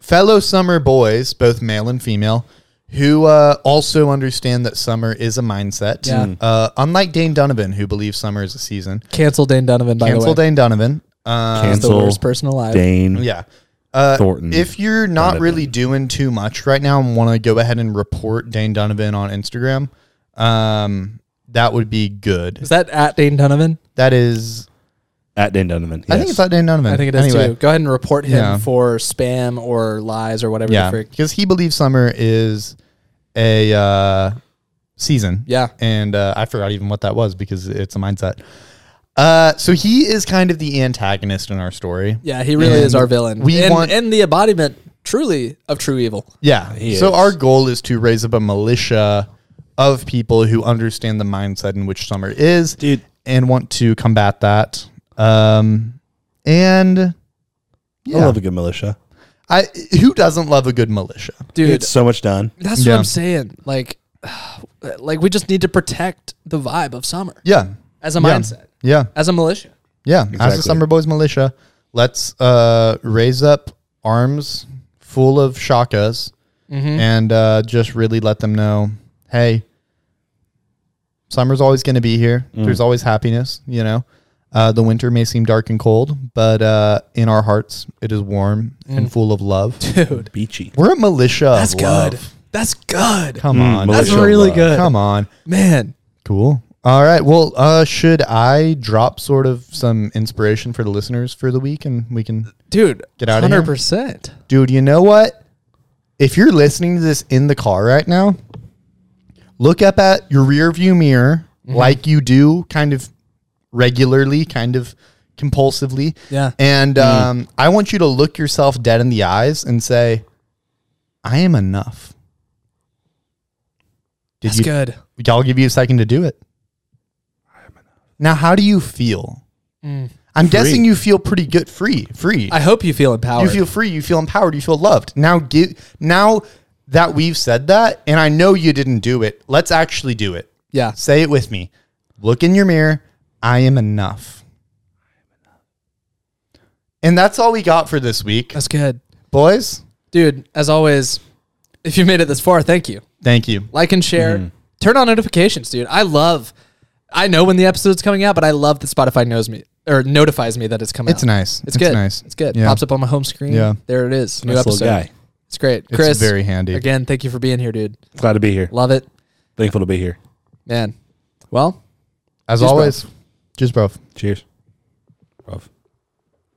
[SPEAKER 2] fellow summer boys, both male and female, who uh, also understand that summer is a mindset.
[SPEAKER 1] Yeah. Mm.
[SPEAKER 2] Uh, unlike Dane Donovan, who believes summer is a season.
[SPEAKER 1] Cancel Dane Donovan. By
[SPEAKER 2] Cancel
[SPEAKER 1] the way,
[SPEAKER 2] Dane Donovan. Uh,
[SPEAKER 1] He's the
[SPEAKER 3] Cancel
[SPEAKER 1] worst person alive.
[SPEAKER 3] Dane.
[SPEAKER 2] yeah. Uh,
[SPEAKER 3] Thornton.
[SPEAKER 2] If you're not really doing too much right now and want to go ahead and report Dane Donovan on Instagram, um, that would be good.
[SPEAKER 1] Is that at Dane Donovan?
[SPEAKER 2] That is,
[SPEAKER 3] At Dane Donovan.
[SPEAKER 2] I think it's not Dane Donovan.
[SPEAKER 1] I think it is too. Go ahead and report him
[SPEAKER 2] Yeah.
[SPEAKER 1] for spam or lies or whatever.
[SPEAKER 2] Yeah,
[SPEAKER 1] The frick.
[SPEAKER 2] because he believes summer is a uh, season.
[SPEAKER 1] Yeah.
[SPEAKER 2] and uh, I forgot even what that was because it's a mindset. Uh, so he is kind of the antagonist in our story.
[SPEAKER 1] Yeah, he really
[SPEAKER 2] And
[SPEAKER 1] is our villain.
[SPEAKER 2] we
[SPEAKER 1] and,
[SPEAKER 2] want-
[SPEAKER 1] and the embodiment truly of true evil.
[SPEAKER 2] Yeah. so
[SPEAKER 3] Uh, is.
[SPEAKER 2] our goal is to raise up a militia of people who understand the mindset in which summer is
[SPEAKER 3] Dude.
[SPEAKER 2] and want to combat that. Um, and
[SPEAKER 3] I
[SPEAKER 2] Yeah.
[SPEAKER 3] love a good militia.
[SPEAKER 2] I who doesn't love a good militia?
[SPEAKER 1] Dude,
[SPEAKER 3] It's so much done.
[SPEAKER 1] that's
[SPEAKER 2] yeah.
[SPEAKER 1] what I'm saying. Like like we just need to protect the vibe of summer
[SPEAKER 2] Yeah.
[SPEAKER 1] as a
[SPEAKER 2] Yeah.
[SPEAKER 1] mindset,
[SPEAKER 2] Yeah.
[SPEAKER 1] as a militia.
[SPEAKER 2] Yeah. As
[SPEAKER 3] Exactly.
[SPEAKER 2] the Summer Boys militia, let's uh, raise up arms full of shakas and uh, just really let them know hey, summer's always going to be here. There's always happiness, you know. Uh, the winter may seem dark and cold, but uh, in our hearts, it is warm and full of love.
[SPEAKER 1] Dude,
[SPEAKER 3] Beachy.
[SPEAKER 2] We're a militia. of
[SPEAKER 1] that's
[SPEAKER 2] love.
[SPEAKER 1] good. That's good.
[SPEAKER 2] Come on.
[SPEAKER 3] militia
[SPEAKER 1] That's really
[SPEAKER 3] love.
[SPEAKER 1] good.
[SPEAKER 2] Come on.
[SPEAKER 1] Man,
[SPEAKER 2] Cool. All right. Well, uh, should I drop sort of some inspiration for the listeners for the week and we can
[SPEAKER 1] dude,
[SPEAKER 2] Get outta here.
[SPEAKER 1] 100%.
[SPEAKER 2] Dude, you know what? If you're listening to this in the car right now, look up at your rear view mirror
[SPEAKER 1] Mm-hmm.
[SPEAKER 2] like you do kind of regularly, kind of compulsively.
[SPEAKER 1] Yeah. Mm.
[SPEAKER 2] And um, I want you to look yourself dead in the eyes and say, I am enough. Did
[SPEAKER 1] That's
[SPEAKER 2] you,
[SPEAKER 1] good.
[SPEAKER 2] I'll give you a second to do it. Now, how do you feel?
[SPEAKER 1] Mm.
[SPEAKER 2] I'm guessing you feel pretty good. Free, free.
[SPEAKER 1] I hope you feel empowered.
[SPEAKER 2] You feel free. You feel empowered. You feel loved. Now give. Now that we've said that, and I know you didn't do it, let's actually do it.
[SPEAKER 1] yeah.
[SPEAKER 2] Say it with me. Look in your mirror. I am enough. And that's all we got for this week,
[SPEAKER 1] That's good.
[SPEAKER 2] boys.
[SPEAKER 1] Dude, as always, if you made it this far, thank you.
[SPEAKER 2] Thank you.
[SPEAKER 1] like and share
[SPEAKER 2] Mm-hmm.
[SPEAKER 1] turn on notifications dude i love i know when the episode's coming out but i love that spotify knows me or notifies me that it's coming
[SPEAKER 2] It's
[SPEAKER 1] out.
[SPEAKER 2] nice.
[SPEAKER 1] it's, good
[SPEAKER 2] Nice.
[SPEAKER 1] it's good
[SPEAKER 2] Yeah.
[SPEAKER 1] pops up on my home screen
[SPEAKER 2] Yeah.
[SPEAKER 1] there it is new
[SPEAKER 3] Nice little
[SPEAKER 1] episode
[SPEAKER 3] guy.
[SPEAKER 1] it's great
[SPEAKER 2] It's
[SPEAKER 1] chris
[SPEAKER 2] very handy.
[SPEAKER 1] again thank you for being here dude
[SPEAKER 3] Glad to be here.
[SPEAKER 1] love it
[SPEAKER 3] Thankful to be here.
[SPEAKER 1] man well
[SPEAKER 2] As
[SPEAKER 1] Cheers, bro.
[SPEAKER 2] always, just bro.
[SPEAKER 3] Cheers. Love.